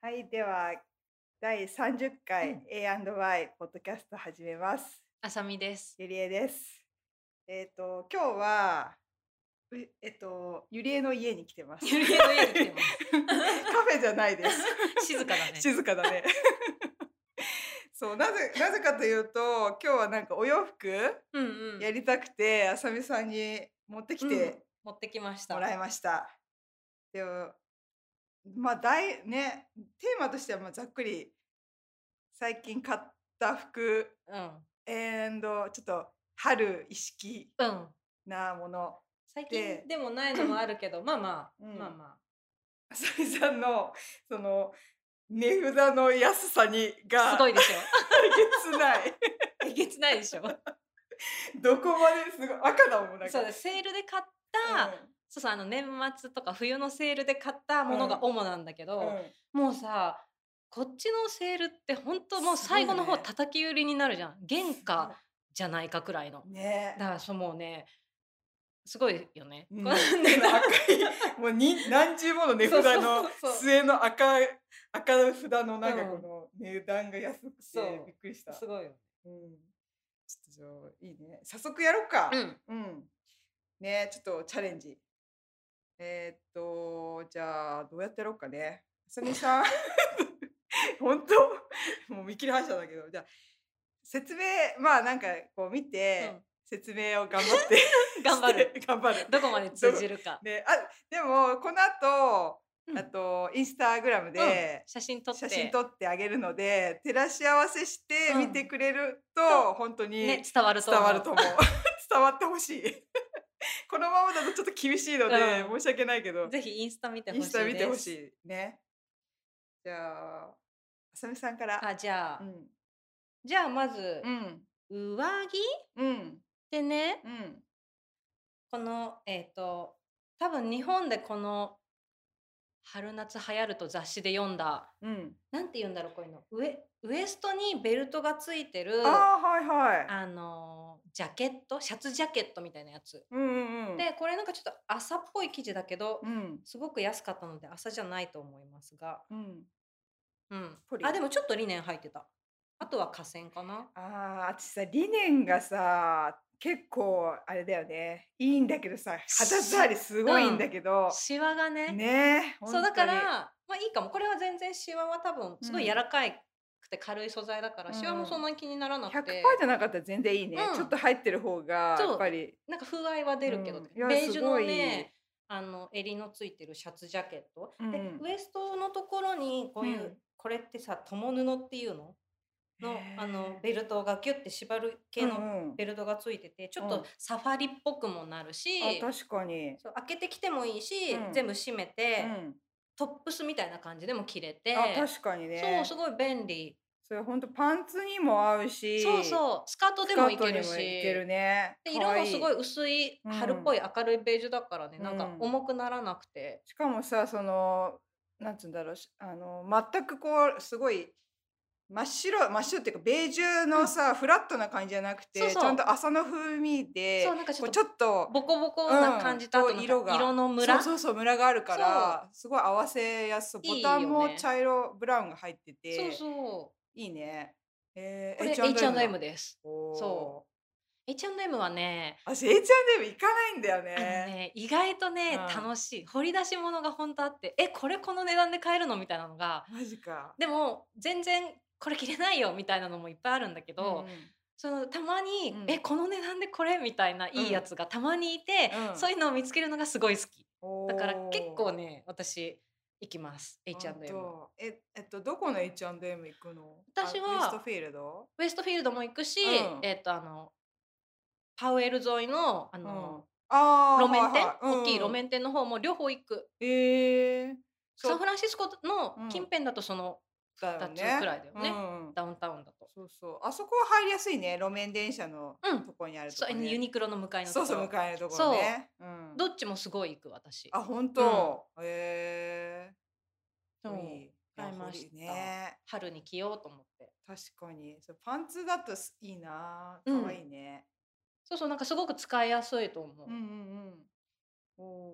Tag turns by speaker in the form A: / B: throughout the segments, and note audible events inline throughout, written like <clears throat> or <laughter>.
A: はい、では第30回、A&Y ポッドキャスト始めます。
B: あさみです。
A: ゆりえです。えっ、と今日はうえっ、とゆりえの家に来てます。
B: ゆりえの家に来て
A: <laughs>
B: ま
A: カフェじゃないです。
B: す。静かだ
A: <laughs>
B: ね。
A: 静かだね。そうなぜなぜかというと今日はなんかお洋服
B: うんうん。
A: やりたくて、あさみさんに持ってき
B: うん
A: て
B: 持ってきました。
A: もらいました。でもまあ大ねテーマとしてはまあざっくり最近買った服
B: うん。
A: えーとちょっと春意識
B: うん。
A: なもの。 <laughs>
B: 最
A: で
B: 近でもないのもあるけど、まあまあ、
A: うん
B: まあま
A: あさみさんのその値札の安さに
B: あ。
A: が
B: すごいでし
A: えげつない。
B: ょ。えげつない
A: <laughs>
B: でしょ。
A: どこまですごい赤だもんなんか。
B: そうです。セールで買っ
A: うん。
B: た、そうそうあの年末とか冬のセールで買ったものが主なんだけど、
A: うん
B: もうさ。こっちのセールって本当もう最後の
A: すごい
B: 方
A: ね
B: 叩き売りになるじゃん、原価じゃないかくらいの
A: ね
B: だからそうもうねすごいよね、
A: うん
B: こ
A: こ
B: の
A: の赤いもうに何十もの値札の
B: そうそうそう
A: 末の赤い赤札のなんか
B: うん
A: この値段が安く
B: そ
A: て
B: う
A: びっくりした。
B: <laughs> すごいよ、
A: うんちょっとじゃあいいね早速やろうか。
B: うん、
A: うん。ねちょっとチャレンジ。えーっと、じゃあ、どうやってやろうかね。あさみ
B: <laughs>
A: さん、本当もう見切り発車だけど、じゃあ、説明、まあなんかこう見て、
B: うん
A: 説明を頑張って。
B: <laughs> 頑
A: <laughs>
B: 張る。
A: 頑張る。
B: どこまで通じるか。
A: で、あ、でも、この後、
B: うん
A: あと、インスタグラムで、
B: 写真撮って。
A: 写真撮ってあげるので、照らし合わせして見てくれると、本当に、
B: ね、伝わると
A: 伝
B: 思う。
A: わると思う <laughs> 伝わってほしい <laughs> このままだとちょっと厳しいので、
B: う
A: 申
B: ん
A: し訳ないけど
B: ぜひインスタ見てほ
A: イン
B: しいです。
A: スタ見てほしいねじゃああさみさんから
B: あ、じゃあ、
A: うん
B: じゃあまず、
A: うん
B: 上着っ
A: うん
B: てね、
A: うん
B: この、えっ、と、多分日本でこの、春夏流行ると雑誌で読んだ、
A: うん
B: なんて言うんだろう、こういうの。ウエウエストにベルトがついてる、あ
A: あーはいはい
B: のー、ジャケット、シャツジャケットみたいなやつ。
A: うんうんうん
B: で、これなんかちょっと朝っぽい生地だけど、
A: うん
B: すごく安かったので朝じゃないと思いますが。
A: うん
B: うん
A: ポリ
B: あでもちょっとリネン入ってたあとは河川かな
A: あー私さ理念がさ結構あれだよねいいんだけどさ肌触りすごいんだけど、
B: シワがね
A: ね
B: そうだからまあいいかもこれは全然シワは多分すごい
A: うん
B: 柔らかくて軽い素材だから、シワ
A: うん
B: もそんなに気にならなく
A: 100%
B: て
A: じゃなかったら全然いいね、
B: うん
A: ちょっと入ってる方が
B: そう
A: やっぱり
B: なんか風合いは出るけど、
A: うんい
B: ベ
A: や
B: ージュの
A: すごい
B: ねあの襟のついてるシャツジャケット、で
A: うんうん
B: ウエストのところにこういう、
A: うん
B: これってさ共布っていうの
A: へ
B: の
A: ー
B: あのベルトがギュッて縛る系
A: う
B: の
A: んうん
B: ベルトがついててちょっ
A: うん
B: とサファリっぽくもなるし、
A: あ確かに、
B: そう開けてきてもいいし、
A: うん
B: 全部閉めて、
A: う
B: トップスみたいな感じでも着れて、
A: ん、あ確かにね
B: そうすごい便利、
A: それ本当パンツにも合うし
B: そう
A: う
B: そうスカートでもいけるし
A: いけるね
B: で色もすご
A: い
B: い薄い
A: うん
B: 春っぽい明るいベージュだからね、なんか
A: うん
B: 重くならなくて、
A: しかもさそのなんつうんだろうしあの全くこうすごい真っ白真っ白っていうかベージュのさ、フラットな感じじゃなくて
B: そうそう
A: ちゃんと朝の風味で
B: そうなんかち
A: こ
B: ょ
A: う
B: っ
A: ちょ
B: と
A: っと
B: ボコボコな感じと、
A: うん
B: あとなんか
A: 色が
B: 色のムラ
A: そうそうそうムラがあるからすごい合わせやすそう
B: いい
A: ボ
B: よ
A: タンも
B: ね
A: 茶色ブラウンが入ってて
B: そうそう
A: いいねえー、
B: これ H&M ですそう H&M はね
A: 私 H&M 行かないんだよね
B: あのね意外とね、
A: うん
B: 楽しい掘り出し物が本当あってえこれこの値段で買えるのみたいなのが
A: マジか
B: でも全然これ着れないよみたいなのもいっぱいあるんだけど、
A: う
B: そのたまに、
A: うん
B: えこの値段でこれみたいないいやつがたまにいて、
A: うん
B: そういうのを見つけるのがすごい好き
A: ん
B: だから
A: おー
B: 結構ね私行きます
A: ほん
B: H&M
A: とええっとどこの H&M 行くの
B: 私は
A: あウエストフィールド
B: ウエストフィールドも行くし、
A: うん
B: えっ、とあのパウエル沿いのあ
A: う
B: の、
A: あー
B: 路面店、
A: はは
B: 大きい路
A: うん
B: 面店の方も両方行く
A: えー
B: サ
A: そ
B: ン
A: う
B: フランシスコ
A: う
B: の
A: ん
B: 近辺だとその
A: だよ
B: 2つ
A: ね
B: くらいだよね、
A: うん
B: ダウンタウンだと。
A: そうそうあそこは入りやすいね路面電車の
B: うん
A: とこにあると
B: そ
A: こ、
B: う
A: ね
B: ユニクロの向かいのとこ
A: そう
B: ろ
A: そう向かいのところねうん
B: どっちもすごい行く私
A: あ本当、へえ
B: そう
A: いい
B: 買いま
A: や
B: し
A: ほ
B: た
A: りね
B: 春に着ようと思って
A: 確かにそうパンツだとすいいな
B: うん
A: 可愛いね、
B: そうそうなんかすごく使いやすいと思う、
A: うんうんうん。お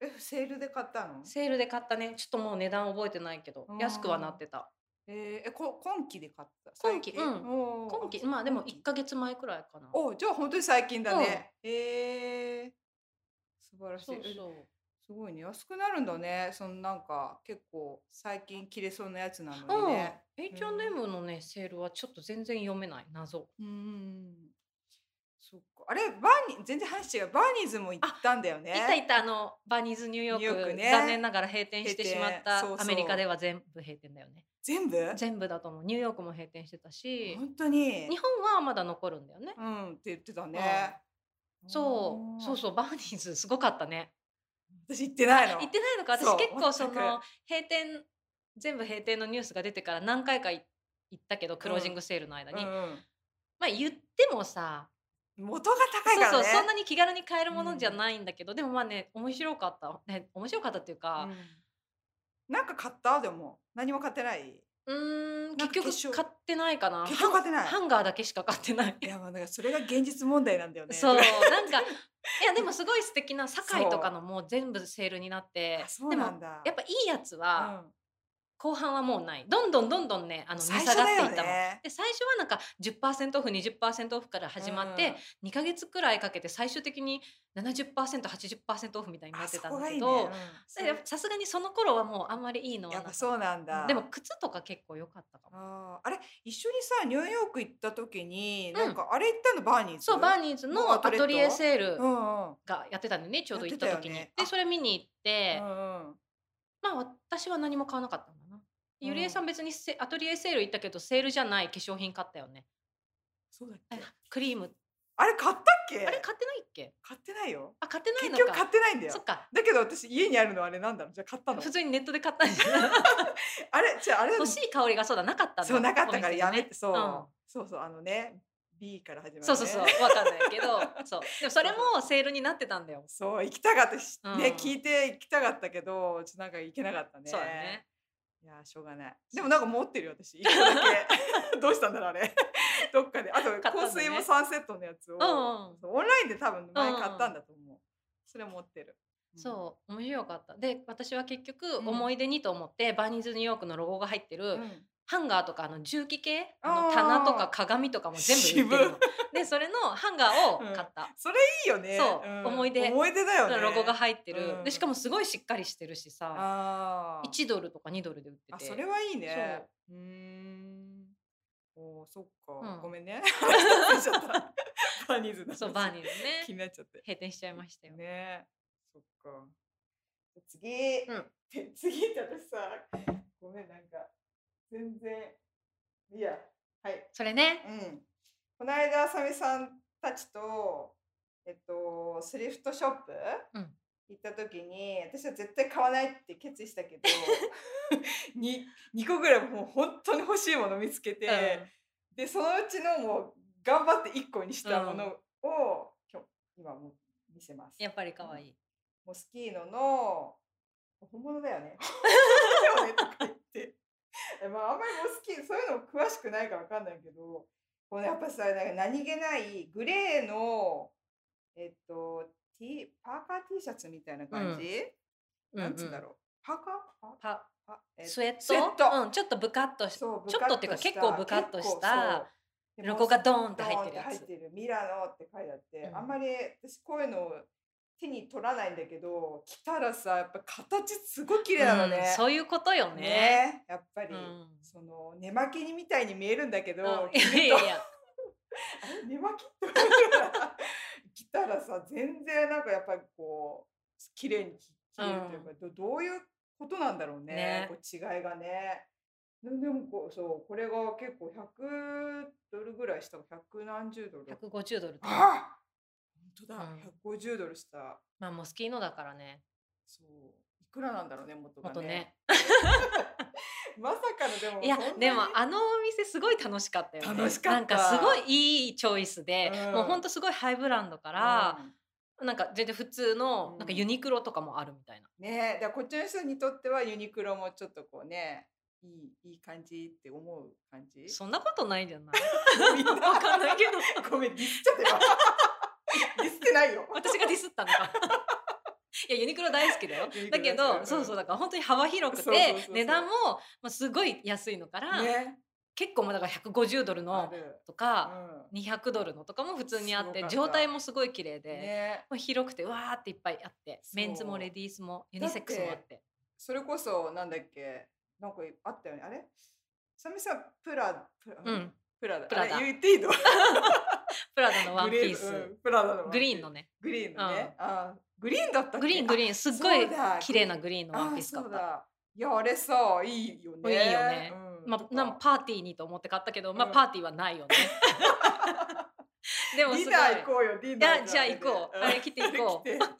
A: ーえ、セールで買ったの
B: セールで買ったねちょっともう値段覚えてないけど
A: うん
B: 安くはなってた
A: えーえ、こ今期で買った
B: 今期
A: 最近
B: うん
A: おー
B: 今期
A: そう
B: まあでも
A: 今期
B: 1ヶ月前くらいかな
A: おじゃあ本当に最近だね。えー、素晴らしい。
B: そう
A: え
B: そう
A: すごいね安くなるんだねそのなんか結構最近切れそうなやつなのにね。
B: うん、H&M のねセールはちょっと全然読めない謎
A: うんうんうんそっかあれバーニ全然話違うバーニーズも行ったんだよね。
B: いたいたあのバニーズニューヨ
A: ニュー
B: ー
A: ヨー
B: ク
A: クね
B: 残念ながら閉店してしまっ
A: 閉
B: た
A: 店そうそう
B: アメリカでは全部閉店だよね
A: 全部
B: 全部だと思うニューヨークも閉店してたし
A: 本当に
B: 日本はまだ残るんだよね
A: うんって言ってたね。
B: そうそう
A: う。
B: そうバーニーズすごかったね
A: 私行ってないの。
B: 行ってないのか私
A: そう
B: 結構そ
A: 全く
B: の閉店全部閉店のニュースが出てから何回か行ったけどクロージングセールの間に、
A: うん
B: まあ言ってもさ、
A: うん、元が高いからね。
B: そうそうそんなに気軽に買えるものじゃないんだけど、でもまあね面白かった、ね、面白かったっていうか
A: うんなんか買ったでも何も買ってない。
B: うーん
A: なんか
B: 結局
A: 化粧
B: 買ってないかな
A: 結局買ってない
B: ハンハンガーだけしか買っ
A: <laughs>
B: てない
A: いやまあだからそれが現実問題なんだよね。
B: そうなんかいやでもすごい素敵な堺とかのもう全部セールになって
A: あそうなん
B: でも
A: だ。
B: やっぱいいやつは、
A: うん
B: 後半はもうないどんどんどんどんねあの値
A: 最
B: 下
A: 初
B: がっ
A: だ
B: ていっ
A: よ
B: たの、
A: ね。
B: で最初はなんか10%オフ20%オフから始まって、2ヶ月くらいかけて最終的に 70%80% オフみたい
A: うん
B: になってた
A: あそこ
B: んだ
A: がい
B: け
A: いね
B: ど
A: うん
B: やっぱさすがにその頃はもうあんまりいいのは
A: やっ
B: なかっ
A: ぱ
B: た
A: そうなんだ。
B: でも靴とか結構良かったかも
A: あーあれ一緒にさニューヨーク行った時に、
B: うん
A: なんかあれ行ったのバーニーズ。
B: そうバーニーズ
A: もう
B: の
A: ア
B: ア
A: ト
B: ト
A: レット
B: リエセール
A: うんうん
B: がやってたんだよねちょうど行った時に
A: やってたよねあ
B: でそれ見に行って
A: うんうん。
B: まあ私は何も買わなかったんだな
A: うん
B: ゆりえさん別にせアトリエセール行ったけどセールじゃない化粧品買ったよね
A: そうだっ
B: え
A: け。
B: クリーム
A: あれ買ったっけ？
B: あれ買ってないっけ
A: 買ってないよ。
B: あ買ってない
A: 結
B: の
A: 局
B: か
A: 買ってないんだよ
B: そっ。か
A: だけど私家にあるのあれなんだろうじゃあ買ったの
B: 普通にネットで買った
A: <laughs>
B: んじゃない
A: あれじゃああれ
B: 欲しい香りがそうだなかったんだ
A: そうなかったからやめて、
B: お店
A: そう、
B: でね
A: そうそうあのね B から始まる、ね、
B: うんそうそうそうわかんないけど
A: <laughs>
B: そうでもそれもセールになってたんだよ、
A: そう行きたかったし、
B: うん
A: ね聞いて行きたかったけどちょっとなんか行けなかったね
B: そうだね
A: いやしょうがないでもなんか持ってるよ私一個だ
B: <laughs>
A: け <laughs> どうしたんだろうあれどっかであと
B: 買ったんだね
A: 香水もサンセットのやつを、
B: うんうん
A: オンラインで多分前買ったんだと思う、それ持ってる、
B: そう面白かったで私は結局
A: うん
B: 思い出にと思って、バーニーズニューヨークのロゴが入ってる、
A: うん、うん
B: ハンガーとかあの重機系
A: あ
B: あの
A: ー
B: 棚とか鏡とかも全部売ってるの
A: 渋
B: でそれのハンガーを買った、
A: それいいよね
B: そう思い出
A: 思い出だよね
B: ロゴが入ってる、
A: うん
B: でしかもすごいしっかりしてるしさ
A: あー
B: 1ドルとか2ドルで売ってて
A: あそれはいいね。うーん。おーそっか、
B: うん
A: ごめ
B: <laughs>
A: んね。話 <laughs> しちゃったバーニーズの話
B: そうバーニー
A: <laughs>
B: ズ
A: 気
B: ね
A: になっちゃって。
B: 閉店しちゃいましたよ、
A: ね。そっか。次、
B: うん
A: て次って私さ、ごめんなんか全然いやはい。
B: それね
A: うん。この間あさみさんたちとえっとスリフトショップ、
B: うん
A: 行った時に私は絶対買わないって決意したけど <laughs> に2個ぐらいもう本当に欲しいもの見つけて、でそのうちのもう頑張って1個にしたものを、今日今もう見せます。
B: やっぱり可愛い。
A: モスキーノの本物だよね。 <laughs> 本物だよねとか言って。えまあ、あんまりモスキーそういうの詳しくないからわかんないけど、このやっぱさ、なんか何気ないグレーの、えっと、T、パーカー T シャツみたいな感じ、なんつうんだろう。パーカーパー
B: うん。パ
A: パえっと
B: スウェット
A: スウェット
B: うん、ちょっとブカッとし
A: そう
B: ちょっとっていうか結構ブカッとしたロゴがドーンって入ってるやつ
A: ドーンって入ってるミラノって書いてあって、
B: うん
A: あんまり私こういうのを手に取らないんだけど着たらさやっぱ形すごい綺麗なのね、
B: うんそういうことよね。
A: ねやっぱり、
B: うん
A: その寝巻きにみたいに見えるんだけど、
B: うんいやいやいや。
A: あれ寝巻きって思いな <laughs> がら着たらさ全然なんかやっぱりこう綺麗に着着れるというか、どどういうことなんだろうね
B: ね
A: こう違いがね。ででもこうそうこれが結構100ドルぐらいしたか100何十ドル。
B: 百五十ドルとか。
A: あ本当だ、150ドルした
B: まあモスキーノだからね。
A: そういくらなんだろうね元が
B: 元
A: ね
B: ね。
A: <laughs> まさかのでも
B: いや
A: そんなに
B: でもあのお店すごい楽しかったよね。
A: 楽しかった
B: なんかすごいいいチョイスで、
A: うん
B: もうほんとすごいハイブランドから、
A: うん
B: なんか全然普通の、
A: うん
B: なんかユニクロとかもあるみたいな。
A: ねえだからこっちの人にとってはユニクロもちょっとこうねいいいい感じって思う感じ
B: そんなことないんじゃない
A: <laughs> みんな
B: わかんないけ
A: <laughs>
B: ど
A: ごめんディスっちゃってます <laughs> ディスってない
B: <laughs>
A: よ
B: 私がディスったのか <laughs> いやユニクロ大好きだよ
A: ユニク
B: だ
A: ロ
B: け
A: 大好きだよ
B: どそうそうだから本当に幅広く
A: そうそうそう
B: て
A: そう
B: 値段も、まあ、すごい安いのから、
A: ね
B: 結構もうだから150ドル
A: あ
B: の
A: る
B: とか
A: う
B: 200ドルのとかも普通にあっ
A: すご
B: て
A: かった
B: 状態もすごい綺麗
A: ん
B: で、
A: ね
B: もう広くてわーっていっぱいあって
A: そう
B: メンズもレディースもユニセックスもあって
A: それこそなんだっけなんかあったよねあれサミさんプラプラ,、
B: うん、
A: プラだ
B: プラダ
A: あれ言っていいの
B: プラダのワ
A: グ
B: ンピ
A: レ
B: ース
A: うんプラダのワンピ
B: グリーンのね
A: グリーンのね、あーグリーンだったっけ
B: グリーング
A: ーン
B: リーンすっごい
A: そうだ
B: 綺麗なグリーンのワンピース
A: あーそ
B: 買っ
A: う
B: た。
A: だいやあれさいいよね
B: いいよね
A: うん
B: ま
A: と
B: あ、
A: か
B: なんパーティーにと思って買ったけど、まあ、
A: うん
B: パーティーはな
A: <laughs>
B: いよね。でもす
A: ディ
B: ごい
A: ナー行こうよディ
B: い
A: ナー
B: や <laughs> じゃあ行こうあれ着て行こ
A: <laughs>
B: う
A: うんあれ着て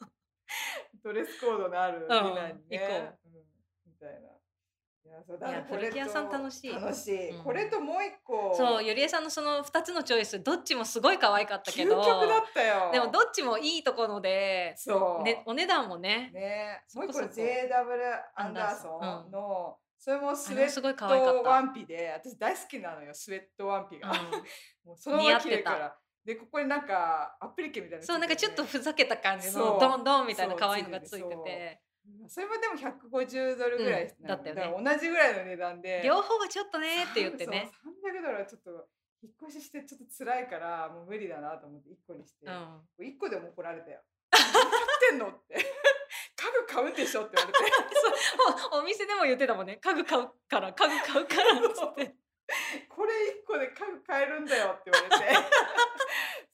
A: ドレスコードのあるディナーにね、
B: 行こ
A: うんみたいないやそうだから
B: いや
A: これ
B: 古着屋
A: と
B: さん楽しい
A: 楽しい、
B: うん
A: これともう一個
B: そうゆりえさんのその2つのチョイスどっちもすごい可愛かったけ
A: 究
B: ど
A: 極だったよ
B: でもどっちもいいところで、
A: そう
B: ね、お値段もね
A: ね
B: そ
A: もう
B: こ
A: 一
B: そ
A: 個
B: こ
A: JW アンダーソンの、それもス
B: あ
A: ウ
B: れ
A: ェ
B: もす
A: ッ
B: ごい可愛か
A: ト
B: っ
A: ワ
B: た。
A: ンピで私大好きなのよスウェットワンピが、
B: う
A: もうそのまま着
B: 似合
A: れ
B: って
A: る
B: た
A: からでここになんかアップリケみたい
B: ん、
A: な
B: そうなんかちょっと
A: ふ
B: ふざけた感じ
A: そ
B: の
A: う
B: ドンドンみたいな
A: そう
B: 可愛いのが
A: つい
B: つ
A: て
B: い
A: て
B: てて
A: それもでも150ドルぐらい
B: うんだったよね
A: だから同じぐらいの値段で
B: 両方はちょっとねって言ってね。
A: そう300ドルはちょっと引っ越ししてちょっと辛いからもう無理だなと思って1個にして、
B: うん <laughs>
A: 一1個でも怒られたよ「何やってんの?」って <laughs> 「家具買うんでしょ」って言われて
B: おお店でも言ってたもんね家具買うから家具買う
A: <laughs>
B: からっつって
A: これ1個で家具買えるんだよって言われて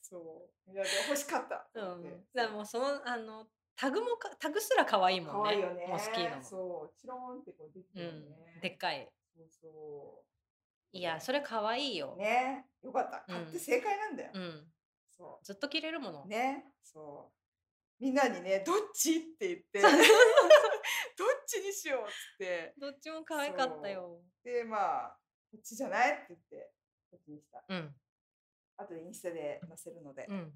A: <laughs> そういやで欲しかった
B: う
A: と思っ
B: ん
A: て、
B: だからもうそのあのタグもかタグすら可愛いもん
A: 可
B: ね
A: 愛いよね
B: モスキーノも
A: そうチローンってこう出て
B: う
A: るよ
B: ん
A: ね、
B: でっかい
A: そうそ
B: いやそれ可愛いよ、
A: うねよかった
B: うん
A: 買って正解なんだよ、
B: うん
A: そ
B: ずっと着れるもの、
A: うねそうみんなにねどっちって言って <laughs> ど
B: そう
A: っちにしようっつって
B: どっちも可愛かったよ
A: でまあこっちじゃないって言ってこっちにした
B: うん
A: あとでインスタで載せるので、
B: う
A: 伝
B: ん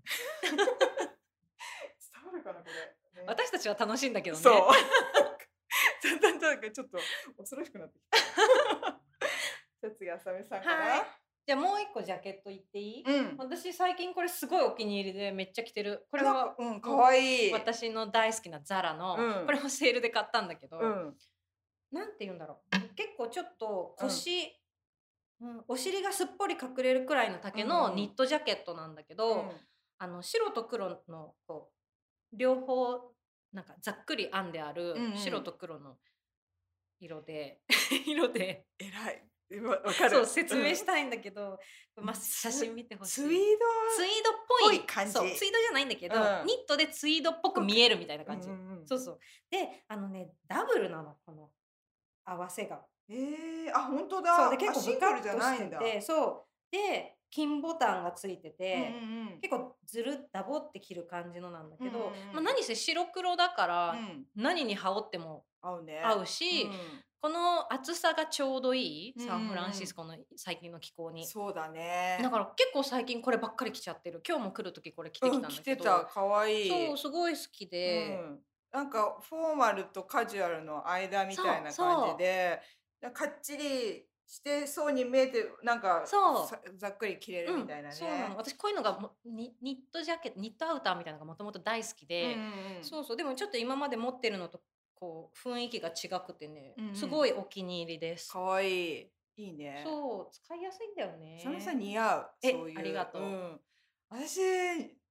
A: わるかなこれ、ね
B: 私たちは楽しいんだけどね
A: そう。 <laughs> だんだんなんかちょっと恐ろしくなってきた。
B: <laughs>
A: じゃあ次あさみさんかな。
B: はいじゃあもう一個ジャケットいっていい、
A: うん。
B: 私最近これすごいお気に入りでめっちゃ着てるこ
A: こ
B: れは
A: うん可愛いい。
B: 私の大好きなザラの、
A: うん
B: これもセールで買ったんだけど、
A: うん。
B: なんて言うんだろう結構ちょっと腰、うんお尻がすっぽり隠れるくらいの丈
A: うん
B: の
A: うん
B: ニットジャケットなんだけど、あの白と黒のこう両方なんかざっくり編んである
A: うんうん
B: 白と黒の色で、 <laughs> 色で
A: えらい。えわわかる。。
B: そう説明したたいんだけど、まあ、写真見てほしい
A: ツイード。
B: ツイードっぽ
A: ぽ
B: い
A: い感じ
B: そうツイードじゃないんだけど、
A: うん
B: ニットでツイードっぽく見えるみたいな感じ、
A: うんうんうん
B: そうそうであのねダブルなのこの合わせが
A: ええあ本当だ。
B: そうで結
A: あ
B: 構
A: シン
B: ブ
A: プ
B: カ
A: ル
B: ッ
A: じゃ
B: と
A: な
B: し
A: いん
B: て
A: だ。
B: てそうで金ボタンがついて
A: うん
B: て、
A: うんうん。
B: 結構ずるっダボって着る感じのなんだけど、
A: うんうんうん
B: まあ、何せ白黒だから、
A: うん
B: 何に羽織っても
A: 合うね。
B: 合うし、この厚さがちょうどいい
A: うんうんうん
B: サンフランシスコの最近の気候
A: うん。
B: に。
A: そうだね。
B: だから結構最近こればっかり着ちゃってる今日も来る時これ着てきたん
A: うん
B: だ
A: 着
B: け
A: て
B: ど、
A: た可愛い。
B: そうすごい好きで、
A: うん、なんかフォーマルとカジュアルの間みたいな感じでなんかかっちりしてそうに見えてなんか
B: そう
A: さざっくり切れ
B: う
A: る
B: ん
A: みたいなね。
B: そうなの私こういうのがもニニットジャケットニットアウターみたいなのがもともと大好きで、
A: うんうん
B: そうそうでもちょっと今まで持ってるのとこう雰囲気が違くてね、
A: うんうん
B: すごいお気に入りです。
A: かわいいいいね。
B: そう使いやすいんだよね。
A: サメさん似合う
B: え
A: そういう
B: ありがとうん
A: 私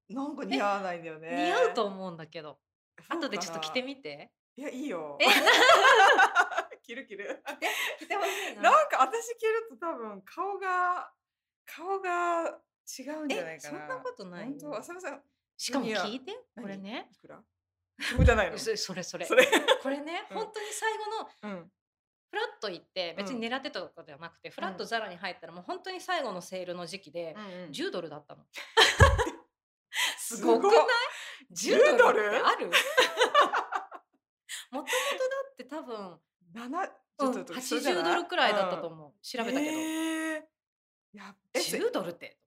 A: なんか似合わないんだよね。
B: 似合うと思うんだけど、
A: そうかな
B: 後でちょっと着て
A: <laughs>
B: みて。
A: いやいいよ
B: え。
A: 着る着る。
B: 着てほし
A: な
B: い
A: んか私着ると多分顔が顔が違うんじゃない
B: え
A: か
B: そ
A: な。
B: んなことない
A: 本当
B: よ。
A: 浅見さん
B: しかも
A: いや
B: 聞いてこれね。
A: いくらそこじゃないの <laughs> そ
B: そそれそれ <laughs>
A: れ
B: これね、
A: うん
B: 本当に最後の
A: うん
B: フラッと行って別
A: うん
B: に狙ってたとかではなくて、フラッとザラに入ったらもう本当に最後のセールの時期で、10ドル
A: <laughs>
B: だったの。すごくない
A: 10ド
B: ?10 ド
A: ル
B: ルってあ
A: <laughs>
B: るもともとだって多分、
A: 七
B: うん、80ドルくらいだったと思う、調べたけど、
A: やえそ
B: 10ドルって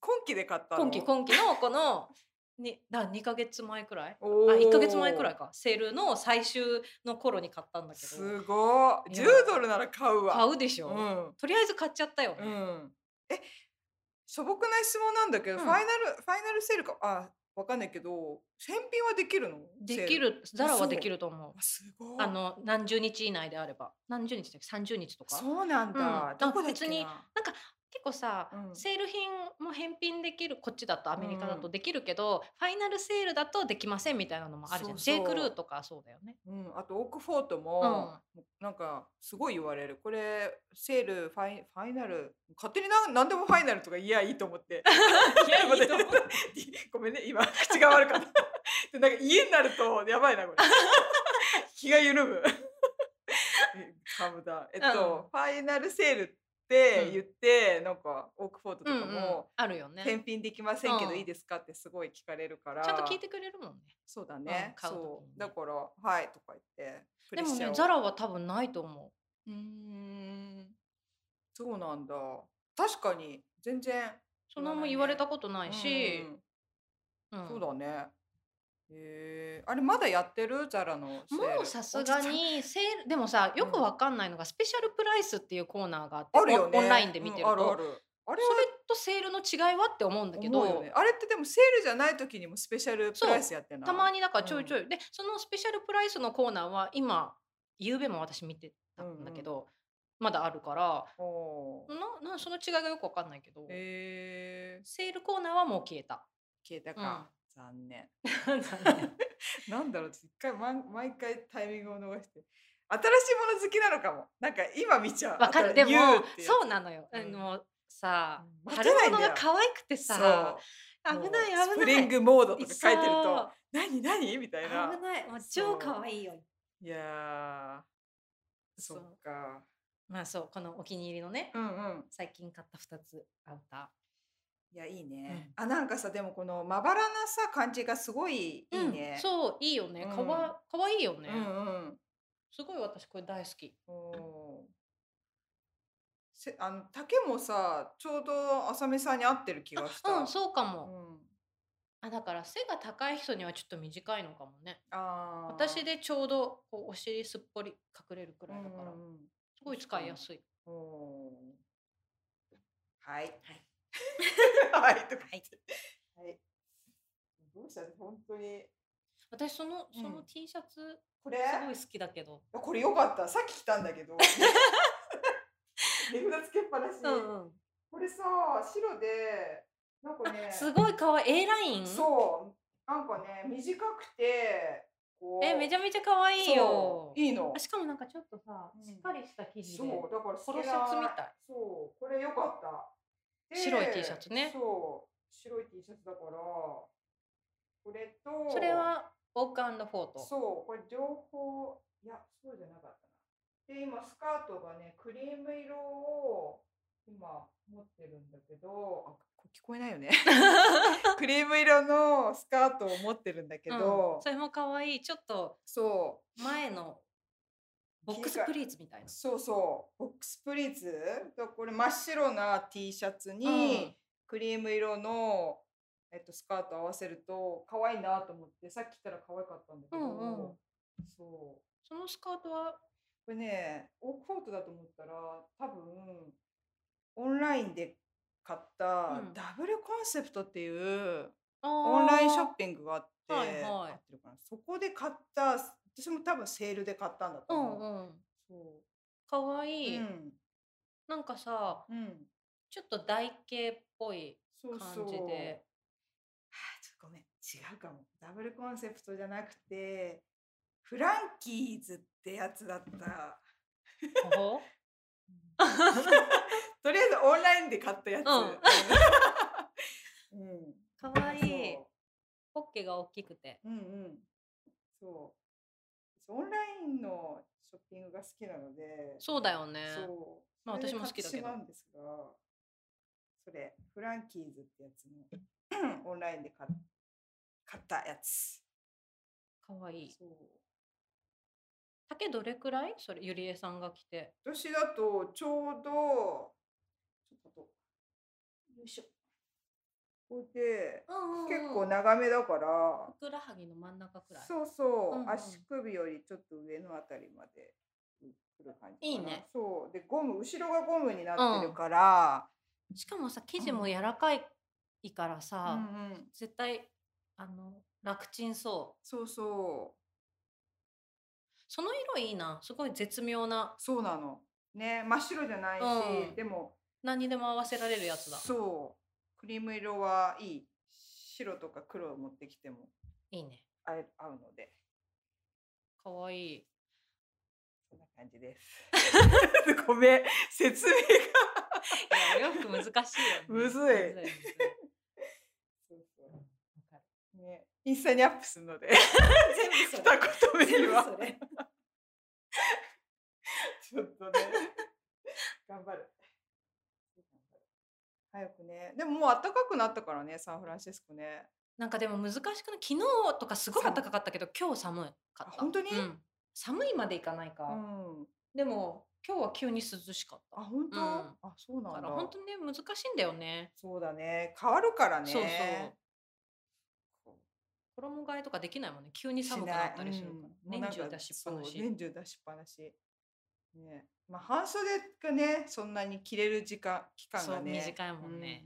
A: 今期で買ったの
B: 今期今期のこの <laughs> にだ2ヶ月前くらい
A: あ
B: あ1ヶ月前くらいかセールの最終の頃に買ったんだけど
A: すごい
B: い
A: 10
B: や
A: ドルなら買うわ
B: 買うでしょ、
A: うん
B: とりあえず買っちゃったよね、
A: うん、え素朴な質問なんだけど、
B: うん
A: ファイナルファイナルセールかあわかんないけど返品はできるの
B: できるザラはできると思う
A: セールあすごい
B: あの何十日以内であれば何十日だっけ30日とか
A: そうなんだ、
B: うん
A: どこだっ
B: あ別
A: け
B: に
A: な
B: なんか結構さ、
A: うん
B: セール品も返品できるこっちだとアメリカだ
A: うんう
B: と
A: ん
B: できるけど、ファイナルセールだとできませんみたいなのもあるじゃん
A: そうそう
B: J. クルーとかそうだよね。
A: うん、あとオークフォートも、なんかすごい言われるこれセールファイファイナル勝手にな何でもファイナルとか言やい <laughs> いと思って
B: いやいいと思う
A: <laughs> ごめんね今口が悪かったでなんか家になるとやばいなこ
B: <laughs>
A: れ気が緩む <laughs> えカムだえっと、ファイナルセールって言って、なんかオークフォートと
B: う
A: か
B: ん
A: も、
B: うん、あるよね。
A: 返品できませんけど
B: うん
A: いいですかってすごい聞かれるから
B: ちゃんと聞いてくれるもんね。
A: そうだね、
B: 買う時にね
A: そうだから「はい」とか言ってプ
B: で
A: レッ
B: も
A: シャー
B: ね
A: を
B: ザラは多分ないと思
A: うーんそうなんだ確かに全然
B: う。そんなもん言われたことな
A: ない
B: し、うん
A: そうだねえー、あれまだやってるザラのセール
B: もうさすが
A: <laughs>
B: にセールで <laughs> もさよくわかんないのが、スペシャルプライスっていうコーナーがあって
A: あるよね
B: オンオンラインで見てると、
A: うんあるあるあれは
B: それとセールの違いはって思うんだけど、
A: 思うよねあれってでもセールじゃない時にもスペシャルプライスやってない
B: たま
A: に、
B: にだからちょいちょい、でそのスペシャルプライスのコーナーは今夕べも私見てたんだけど、まだあるから
A: おー
B: ななその違いがよくわかんないけど、
A: えー、
B: セールコーナーはもう消えた。
A: 消えたか、残
B: <laughs>
A: 念 <laughs> なんだろう一回まん毎回タイミングを逃して新しいもの好きなのかもなんか今見ちゃう
B: わかる
A: 新
B: で
A: しい
B: も
A: You っていう
B: そうなのよ、
A: うん
B: あのさ
A: うん待
B: 春
A: てないん
B: 物
A: だよ
B: が可愛くてさ
A: そう
B: 危ない危
A: も
B: な
A: う
B: い
A: スプリングモードとか書いてる
B: そう
A: と何何みたい
B: 危
A: な
B: ないもう
A: そう
B: 超可愛いよ
A: いやーそ
B: そう
A: っか
B: まあそうこのお気に入りのね、
A: うんうん
B: 最近買った2つアウタ
A: いやいいね、あなんかさでもこのまばらなさ感じがすごいい
B: ー
A: いね、
B: そういいよねかわ,、可愛いよね、
A: うんうん
B: すごい私これ大好き
A: おーせあの竹もさちょうど浅見さんに合ってる気がした
B: あうんそうかも、
A: うん
B: あだから背が高い人にはちょっと短いのかもね
A: あー
B: 私でちょうどこうお尻すっぽり隠れるくらいだから、
A: うんうんうん
B: すごい使いやすい
A: おーはい。
B: い
A: <laughs> はい。とか
B: はい
A: はい。どうしたの本当に。
B: 私そのその
A: うん
B: T シャツ、
A: これ
B: すごい好きだけど、
A: これ良かった。さっき来たんだけ
B: <laughs>
A: ど。値札つけっぱなし。
B: ん
A: これさ、白で、なんかね、
B: <laughs> すごい可愛い A ライン
A: そう。なんかね、短くて、こう。
B: えめち
A: ゃ
B: ゃめちゃ可愛いよ
A: いいの
B: あ。しかもなんかちょっとさ
A: うん
B: しっかりした生地で、
A: そう、だから
B: ポ
A: 好き
B: ロ
A: な
B: シャツみたい
A: そう、これ良かった。で
B: 白い T シャツね
A: そう、白い T シャツだから、これと、
B: それはオークフォート
A: そう、これ両方、いや、そうじゃなかったな。で、今、スカートがね、クリーム色を今持ってるんだけど、あこ聞こえないよね。 <laughs> クリーム色のスカートを持ってるんだけ
B: う
A: ど
B: ん、それも可愛いちょっと
A: そう、
B: 前のボックスプリーツみたいな
A: そうそうボックスプリーツとこれ真っ白な T シャツに、
B: うん
A: クリーム色の、えっと、スカート合わせると可愛いなと思ってさっき着たら可愛かったんだけど、
B: うんうん
A: そうこ
B: そのスカートは
A: れねオークフォートだと思ったら多分オンラインで買った
B: うん
A: ダブルコンセプトっていう、
B: オ
A: オンラインショッピングがあって、
B: はいはい
A: 合ってるかなそこで買った私も多分セールで買ったんだと
B: う
A: 思う。
B: んうん
A: そ
B: かわいうい、
A: うん
B: なんかさ
A: うん
B: ちょっと台形っぽい
A: そう
B: 感
A: そう
B: じで
A: あちょっとごめん違うかもダブルコンセプトじゃなくてフランキーズってやつだった
B: <laughs> おほ
A: とりあえずオンラインで買った
B: <laughs>
A: やつ、うんうん
B: かわいい
A: そ
B: ポッケが大きくて
A: ううんうんそうオンラインのショッピングが好きなので
B: そうだよね
A: そう
B: まあ
A: それで
B: 私も好きだけど
A: 買ってしまうんですがそれフランキーズってやつの <clears throat> オンラインで買っ買ったやつ
B: かわいい
A: そう
B: 丈どれくらいそれゆりえさんが着て
A: 私だとちょうどちょっとよいしょここで
B: うんうんうん
A: 結構長めだから
B: ふ、くらはぎの真ん中くらい
A: そうそう、
B: うんうん
A: 足首よりちょっと上のあたりまでうんくる感じかない
B: いね
A: そうでゴム後ろがゴムになってるから、
B: しかもさ生地も柔らかいから
A: うん
B: さ、
A: うん
B: 絶対あの楽ちんそう
A: そうそう
B: その色いいなすごい絶妙な
A: そうなのね真っ白じゃないし、
B: うん
A: でも
B: 何にでも合わせられるやつだ
A: そうクリーム色はいい白とか黒を持ってきても
B: いいね
A: 合え合うので
B: かわいい
A: そんな感じです <laughs> ごめん説明が
B: いやお洋服難しいよ、ね、
A: <laughs> むずい
B: むむず
A: そうそう
B: わか
A: ね、インスタにアップするので
B: 全部
A: <laughs> 二
B: それ
A: 言目には
B: 全部それ
A: <laughs> ちょっとね頑張る早くねでももう暖かくなったからねサンフランシスコね
B: なんかでも難しくない昨日とかすごい
A: そう
B: 暖かかったけど今日寒かった
A: あ本当に
B: うん寒いまでいかないか、
A: うん
B: でも今日は急に涼しかっ
A: あ
B: た
A: 本当、
B: うん
A: あそうな
B: だか
A: ん
B: ら
A: だ
B: 本当にね難しいんだよね
A: そうだね変わるからね
B: そうそう衣替えとかできないもんね急に寒くなったりするから、
A: うんもう
B: 年
A: なん
B: 中
A: か
B: 出しっぱな
A: そう
B: し
A: 年中出しっぱなしねまあ半袖がねそんなに着れる時間期間がね
B: そう短いもんね、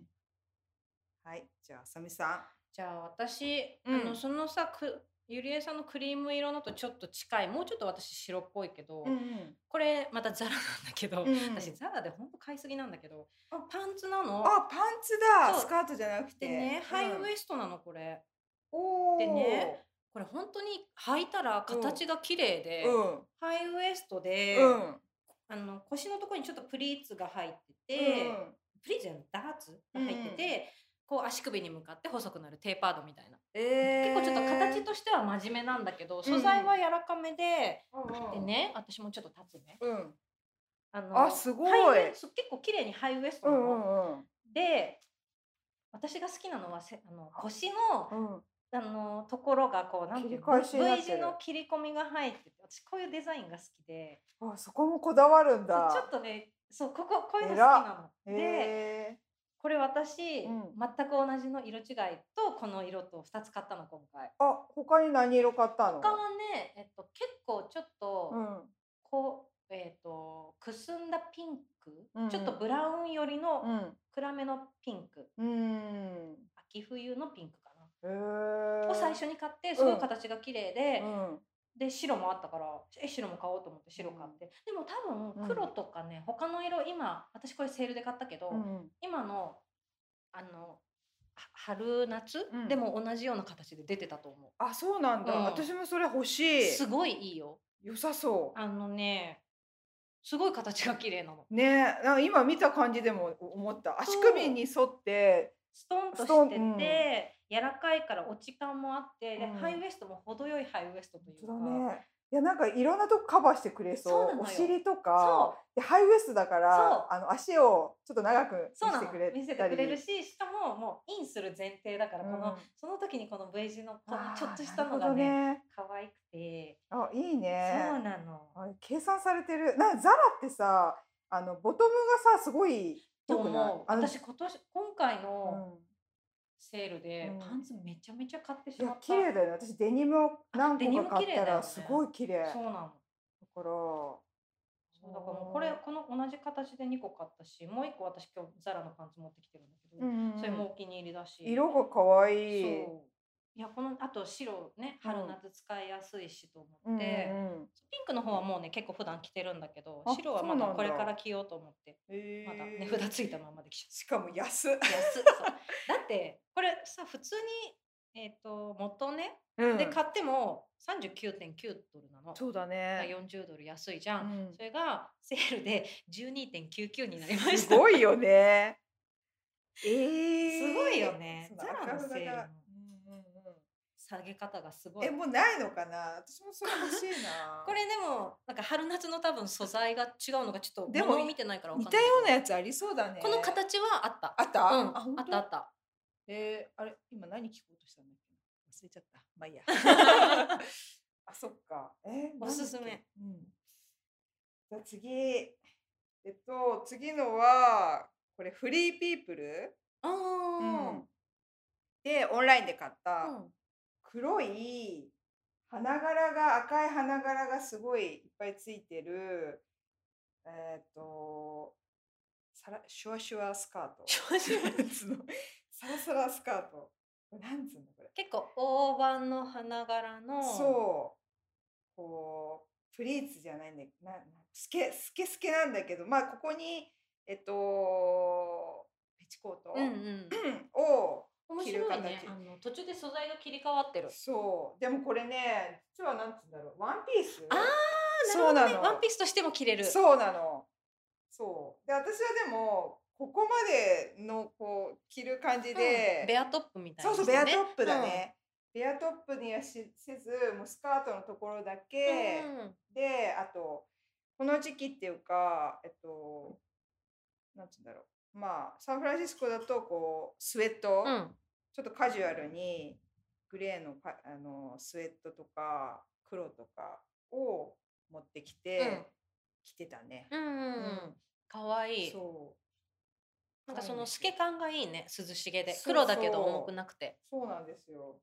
A: うんはいじゃああさみさん
B: じゃあ私、
A: うん
B: あのそのさくゆりえさんのクリーム色のとちょっと近いもうちょっと私白っぽいけど、
A: ん
B: これまたザラなんだけど、
A: うん
B: 私ザラでほんと買いすぎなんだけど
A: あ
B: パンツなの
A: あパンツだ
B: そう
A: スカートじゃなくて
B: でね、ハイウ
A: イ
B: エストなのこれ
A: おー
B: でねこれ本当に履いたら形が綺麗で、
A: うん
B: ハイウエストで、
A: うん
B: あの腰のところにちょっとプリーツが入ってて、
A: うん
B: プリーツじゃないダーツが入ってて、こう足首に向かって細くなるテーパードみたいな、
A: えー
B: 結構ちょっと形としては真面目なんだけど素材は柔らかめで、
A: うんうん
B: でね私もちょっと立つね
A: うん
B: あの
A: あすごい
B: ハイウエスト結構綺麗にハイウエスト
A: う
B: なの、
A: んうん
B: で私が好きなのはせあの腰の
A: うんうん
B: あのところがこうなんてい
A: 切り
B: うの
A: 返しになって
B: V
A: る
B: 字の切り込みが入ってて私こういうデザインが好きで
A: あそこもこだわるん
B: ちょ
A: だ
B: っとねそうこここういうの好きなの。で
A: へ
B: これ私、
A: うん
B: 全く同じの色違いとこの色と2つ買ったの今回。
A: ーあ他に何色買ったの
B: 他はね、えっと、結構ちょっと、
A: うん
B: こうえっとくすんだピンク、
A: うんうん
B: ちょっとブラウン寄りの
A: うん
B: 暗めのピンク、
A: うん。
B: 秋冬のピンクかな。
A: へえ。
B: を最初に買ってすごい形が綺麗で、
A: うん。
B: で白もあったからえ白も買おうと思って白買って、でも
A: う
B: 多
A: ん
B: 分黒とかね、他の色今私これセールで買ったけど、
A: うん。
B: 今のあのは春夏、
A: うん
B: でも同じような形で出てたと思
A: あ、そうなんだ。
B: うん
A: 私もそれ欲し
B: う
A: い。
B: すごいいいよ
A: 良さそ
B: あのねすごい形が綺麗なの
A: う。ね、なんか今見た感じでも思った。足
B: そう
A: 首に沿って。
B: ストンと
A: ストン
B: してて、
A: うん
B: 柔らかいから落ち感もあって、で
A: うん
B: ハイウエストも程よいハイウエストとい
A: 本
B: う
A: 当
B: か
A: だね。いやなんかいろんなとこカバーしてくれ
B: そう
A: そ
B: なの
A: う。
B: よ
A: お尻と
B: そ
A: か。でハイウエストだか
B: そう
A: ら、あの足をちょっと長く
B: そう
A: 見
B: な
A: せ
B: の
A: てくれたり。
B: 見せてくれるししかももうインする前提だからこの、
A: うん
B: その時にこの V 字のこ
A: あ
B: の
A: ー
B: ちょっとしたのが
A: な
B: ね
A: る
B: 可愛くて、
A: ほどね。あ、いい
B: そう
A: ね。
B: なの
A: あ計算されてる。なんかザラってさ、あのボトムがさすごい
B: と
A: 良くない。
B: 思う
A: あの
B: 私今年今回
A: う
B: の
A: ん
B: セールで
A: うん
B: パンツめちゃめちゃ買ってし
A: いや
B: まった、
A: 綺麗だよね私デニムを何
B: デニ
A: 個
B: ム
A: か買っ
B: 綺麗
A: た
B: だよ
A: ら
B: ね
A: すごい綺麗だ,、
B: そうなの
A: から
B: そうだからもうこれこの同じ形で2個買ったしもう1個私今日ザラのパンツ持ってきてるんだけど、
A: うんうん
B: それもお気に入りだし
A: 色が可愛い
B: そういやこのあと白ね
A: うん
B: 春夏使いやすいしと
A: うんうん
B: 思っ
A: う
B: て、
A: ん
B: ピンクの方はもうね結構普段着てるんだけど
A: あ
B: 白は
A: そう
B: まだ
A: なんだ
B: これから着ようと思って
A: へー
B: まだ値札ついたままで着ち
A: しかも安
B: ゃった安っそうだってこれさ普通にえっ、と元ね
A: うん
B: で買っても39.9ドルなの、
A: そうだね
B: 40ドル安いじゃん、
A: うん
B: それがセールで12.99になりました
A: すごいよ
B: <laughs>
A: ねえー
B: すごいよね
A: その
B: ザラのセールの
A: 赤札がうんうん
B: 下げ方がす
A: う
B: ご
A: ん
B: い
A: えもうないのかな私もそれ欲しいな
B: これでもなんか春夏の多分素材が違うのがちょっと
A: でも
B: 物を見てないからわかん
A: 似
B: ない
A: たような
B: や
A: やつありそうだね
B: この形はあった
A: あった、
B: うん、
A: あ本
B: あっ
A: 当
B: たあった
A: えー、あれ今何聞こうとしたんだっけ忘れちゃった。まあ
B: <laughs>
A: いいや。あそっか。えー、
B: おすすめ
A: なんだっけ。うん。じゃあ次。えっと次のはこれフリーピープル。
B: あー、
A: でオンラインで買った
B: うん
A: 黒い花柄が赤い花柄がすごいいっぱいついてるえっ、とサラシュワシュワスカー
B: <laughs>
A: ト
B: 正直
A: なんつうのサラサラスカートなんつうのこれ
B: 結構大判の花柄の
A: そうこうプリーツじゃないんだけどななスケスケスケなんだけどまあここにえっとペチコート、
B: うんうん
A: を
B: 面
A: 着る
B: 白い
A: 形、
B: ねあの途中で素材が切り替わってる
A: そうでもこれね実はなんつうんだろうワンピース
B: あー
A: そうな
B: るほどね
A: の
B: ワンピースとしても着れる
A: そうなのそうで私はでもここまでのこう着る感じで、
B: うんベアトップみたいな
A: そう
B: ね、
A: そうベアトップだね、ベアトップにはしせずもうスカートのところだ
B: うん、
A: け、
B: うん
A: であとこの時期っていうかえっとなんつうんだろうまあサンフランシスコだとこうスウェット、
B: うん
A: ちょっとカジュアルにグレーのパあのスウェットとか黒とかを持ってきて、
B: うん
A: 着てたね。
B: うんうんうんかわいい
A: そう。
B: なんかその透け
A: ケ
B: 感がいいね涼しげで
A: そう
B: 黒だけど
A: そう
B: 重くなくて
A: そうなんですよ。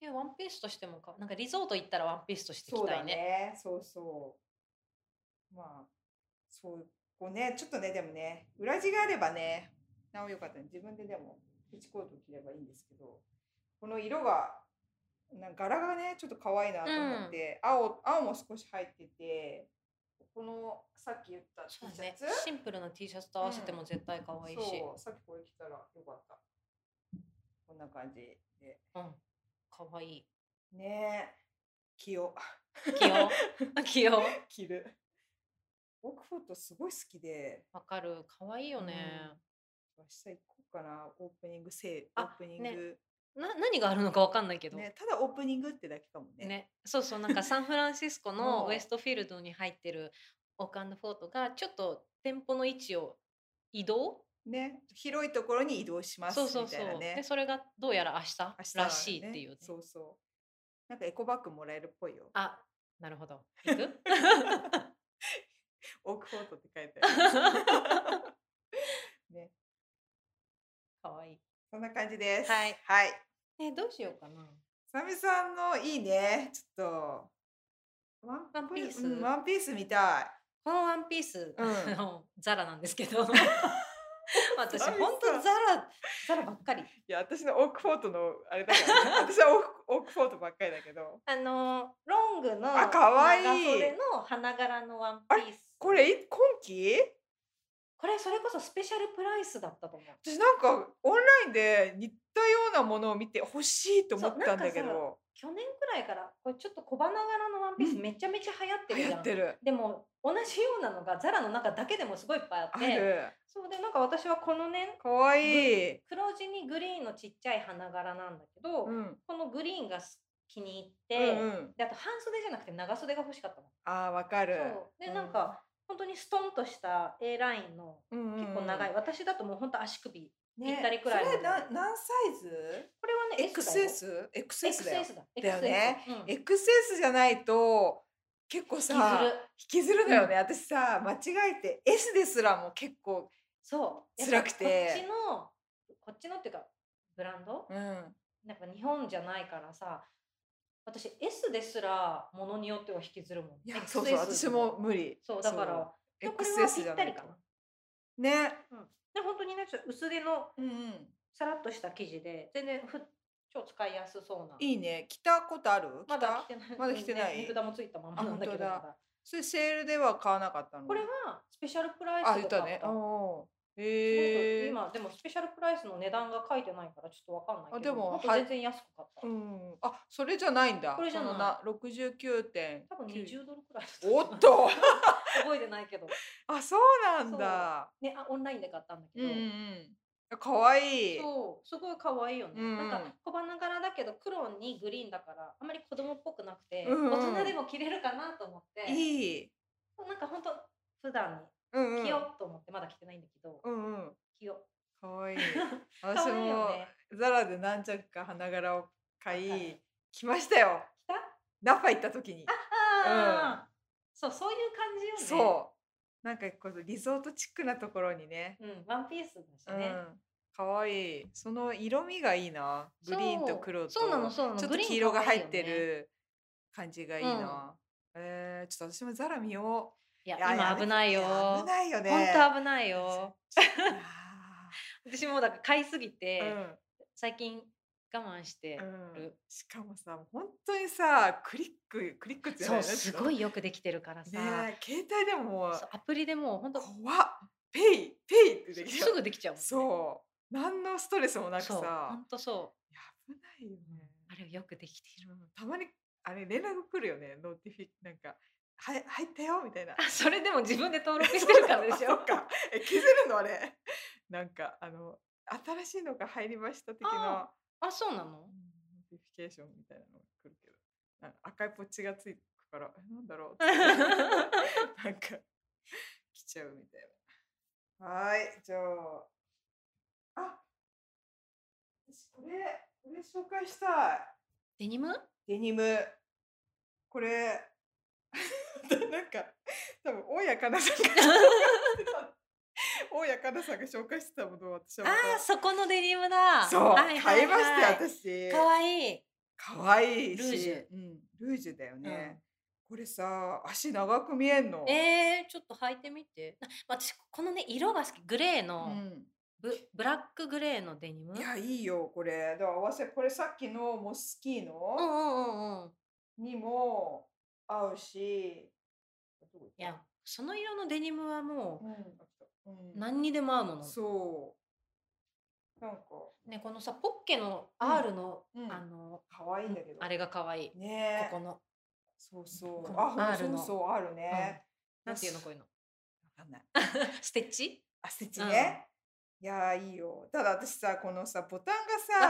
B: えワンピースとしてもかなんかリゾート行ったらワンピースとして着
A: そう
B: た
A: だ
B: いね
A: ね。そうそう。まあ、そう、こうね、ちょっとね、でもね、裏地があればね、なおよかったね。自分ででも、ペチコート着ればいいんですけど、この色が、なんか柄がね、ちょっと可愛いなと思って、青、青も少し入ってて、この、さっき言った
B: そ
A: T
B: う
A: シ
B: だね
A: ャツ、
B: シンプルな T シャツと合わせても絶対可愛いし、
A: そう、さっきこれ着たらよかった。こんな感じで。
B: うん、可愛い
A: ねえ、着 <laughs> よう。
B: 器用
A: <laughs>
B: 器用
A: 着る。オークフォートすごい好きで、
B: わかる可愛いよね、
A: 明日行こうかな、オープニングセー、オー
B: あ
A: プニング。
B: ね
A: ね
B: な何があるのかわかんないけどね
A: ただオープニングってだけかもね。
B: そうそうなんかサンフランシスコ
A: も
B: の
A: <laughs> う
B: ウエストフィールドに入ってるオーカンドフォートがちょっと店舗の位置を移動
A: ね広いところに移動します
B: そう
A: みた
B: そうそう
A: いなね
B: で。それがどうやら明
A: 明日
B: 日らしいっていう,、ね
A: そうそう。なんかエコバッグもらえるっぽいよ。 <laughs>
B: あなるほど行く
A: オークフォートって書いて
B: <laughs>
A: ある。ね、
B: 可愛い
A: そんな感じです。
B: はい
A: はい。
B: えどうしようかな
A: サミさんのいいね。ちょっと。ワン
B: ワンピース
A: うんワンピースみたい。
B: このワンピース、
A: うん
B: あのザラなんですけ
A: <laughs>
B: ど私
A: 寂し
B: 本当
A: そう
B: ザラザラばっかり
A: いや私のオークフォートのあれだ
B: <laughs>
A: から、ね、私はオークオークフォートばっかりだけど
B: あのロングの
A: あ可愛い
B: 長袖の花柄のワンピース
A: これい今期
B: これそれこそスペシャルプライスだったと思う
A: 私なんかオンラインで似たようなものを見て欲しいと思ったんだけ
B: そうな
A: ど
B: 去年くらいからこれちょっと小花柄のワンピー
A: う
B: スめちゃめちゃ流行って
A: 流
B: るじ
A: 行
B: ゃん、
A: ってる
B: でも同じようなのがザラの中だけでもすごいいっぱいあっ
A: あ
B: て
A: る
B: そうでなんか私はこのね
A: かわいい、
B: 黒地にグリーンのちっちゃい花柄なんだけど、
A: うん
B: このグリーンがす気に入っ
A: う
B: て、
A: んうん
B: であと半袖じゃなくて長袖が欲しかったの。
A: あーわかる
B: そうでなんか、本当にストンとした A ラインの
A: うん
B: 結構長い、、私だともう本当足首
A: うんうんね
B: ぴったりくらいの
A: それな何サイズ
B: これはね S だよ
A: XS?XS だよ
B: XS だ
A: だよね
B: XS うん
A: XS じゃないと結構
B: 引き
A: さ
B: ずる
A: 引きずるのよね、私さ間違えて S ですらも結構、
B: そう
A: 辛くて
B: やっぱこっちのこっちのっていうかブランド、
A: うん、
B: なんか日本じゃないからさ私 S ですらものによっては引きずるもん
A: いやそうそう
B: XS
A: 私も無理
B: そうだからでもこれはぴ
A: XS じゃ
B: っ
A: な
B: た
A: い
B: り
A: と
B: かな
A: ね
B: で本当にねちょっと薄手の
A: うんうん
B: さらっとした生地で全然ふ超使いやすそうない
A: いね着たことある
B: まだ
A: 着た
B: 着てない
A: まだ着てない
B: ね肉玉もついたままなんだ
A: あ
B: けど
A: 本当だ
B: まだ
A: それセールでは買わなかったの
B: これはスペシャルプライ
A: あ
B: ス
A: 言っ
B: で
A: た
B: 買っ
A: ね
B: た
A: おー
B: すごく
A: へえ
B: 今でもスペシャルプライスの値段が書いてないからちょっとわかんないけど
A: あでも
B: っと
A: はい
B: 全然安く買った、
A: うんあそれじゃないんだ
B: これじゃない
A: 六十九点
B: 多分20ドルくらいだた
A: おっと <laughs>
B: 覚えてないけど
A: あそうなんだ
B: ねあオンラインで買ったんだけ
A: うん
B: ど、
A: うんうんあ可愛い
B: そうすごい可愛いよね、
A: うんうん
B: なんか小花柄だけど黒にグリーンだからあまり子供っぽくなくて、
A: うんうん
B: 大人でも着れるかなと思って
A: いい
B: なんか本当普段
A: うんう
B: に
A: ん
B: 着ようと思ってまだ着てないんだけど、
A: うんうん
B: 着よ
A: 可愛いう私
B: <laughs> 可愛いよ
A: も
B: ね
A: ザラで何着か花柄を買
B: わか
A: い
B: る
A: 来ましたよ
B: 着た
A: ナファ行った時に
B: ああ、そうそういう感じよね
A: そうなんかこうリゾートチックなところにね
B: う、うん、ワンピースだし
A: うん
B: ね、
A: かわいい。その色味がいいな。グリーンと黒と。
B: そうなのそうなの
A: ちょっ
B: グ
A: と
B: リーン
A: 黄色が
B: 可愛い
A: 入
B: よね
A: ってる感じがいいな。えー、ちょっと私もザラ見よ。
B: いうや
A: いやや
B: 今
A: め
B: 危ないよ
A: や危ないよね。
B: 本当危ないよ私もうだから買いすぎ
A: い
B: て、 <laughs>
A: やー
B: 最近我慢して
A: う、ん、うん
B: る。
A: しかもさ、本当にさ、クリック、クリックって
B: そうすご
A: い
B: いよくできてるからさ、
A: ねえ。携帯でももう
B: そうアプリでもう本当
A: 怖っ。ペイ、ペイってできちゃ
B: す
A: う。
B: ぐできちゃうもんね
A: そう。何のストレスもなく
B: そう
A: さ
B: 本。当そ
A: いや危ないよね。
B: うあれよくできて
A: <laughs>
B: いる
A: たまにあれ連絡来るよねノーティフィなんか「はい入ったよ」みたい <laughs> な
B: あ。それでも自分で登録してるからでし
A: そ
B: ょ
A: っかえ消せるのあれ <laughs> なんかあの新しいのが入りました的な
B: あ <laughs> あそうなの
A: うんノーティフィケーションみたいなのが来るけどなんか赤いポッチがついてくからえなんだろうって
B: <laughs>
A: なんか来ちゃうみたいなはーいじゃああ私これこれ紹介したい
B: デニム
A: デニム。これ、 <laughs> なんか、多分大家かなさんが紹介してた。大家かなさんが紹介してたものを私は
B: あ
A: ま
B: あそこのデニムだ
A: た。そう、
B: はいは
A: 買
B: い
A: いましたよ
B: はい
A: 私。
B: かわいい
A: かわいいし。
B: ルージュ
A: うん、ルージュだよね。これさ、足長く見えんの。
B: えー、ちょっと履いてみてな私このね色が好きグレー
A: う
B: の、
A: ん、
B: ブブラックグレーのデニム
A: いや、いいよ、これ。だから合わせ、これさっきのモスキー
B: うんう
A: の
B: んうんうん
A: にも合うし。どこ行っ
B: い
A: た
B: やその色のデニムはも
A: うん、あ来たうん
B: う何にでも合うもの、
A: そう。なんか、
B: ね、このさポッケの
A: うん
B: R の、
A: うん
B: あの
A: 可愛いんだけど。
B: あれが可愛い
A: ねえ。
B: ここの
A: そうそう
B: こ。の
A: あ、
B: R
A: そう
B: の
A: そう、あるね。
B: なんていうのこういうの
A: わかんない。
B: ステッチ
A: あ、ステッチね。いやー、いいよ。ただ私さ、このさ、ボタン
B: わ
A: が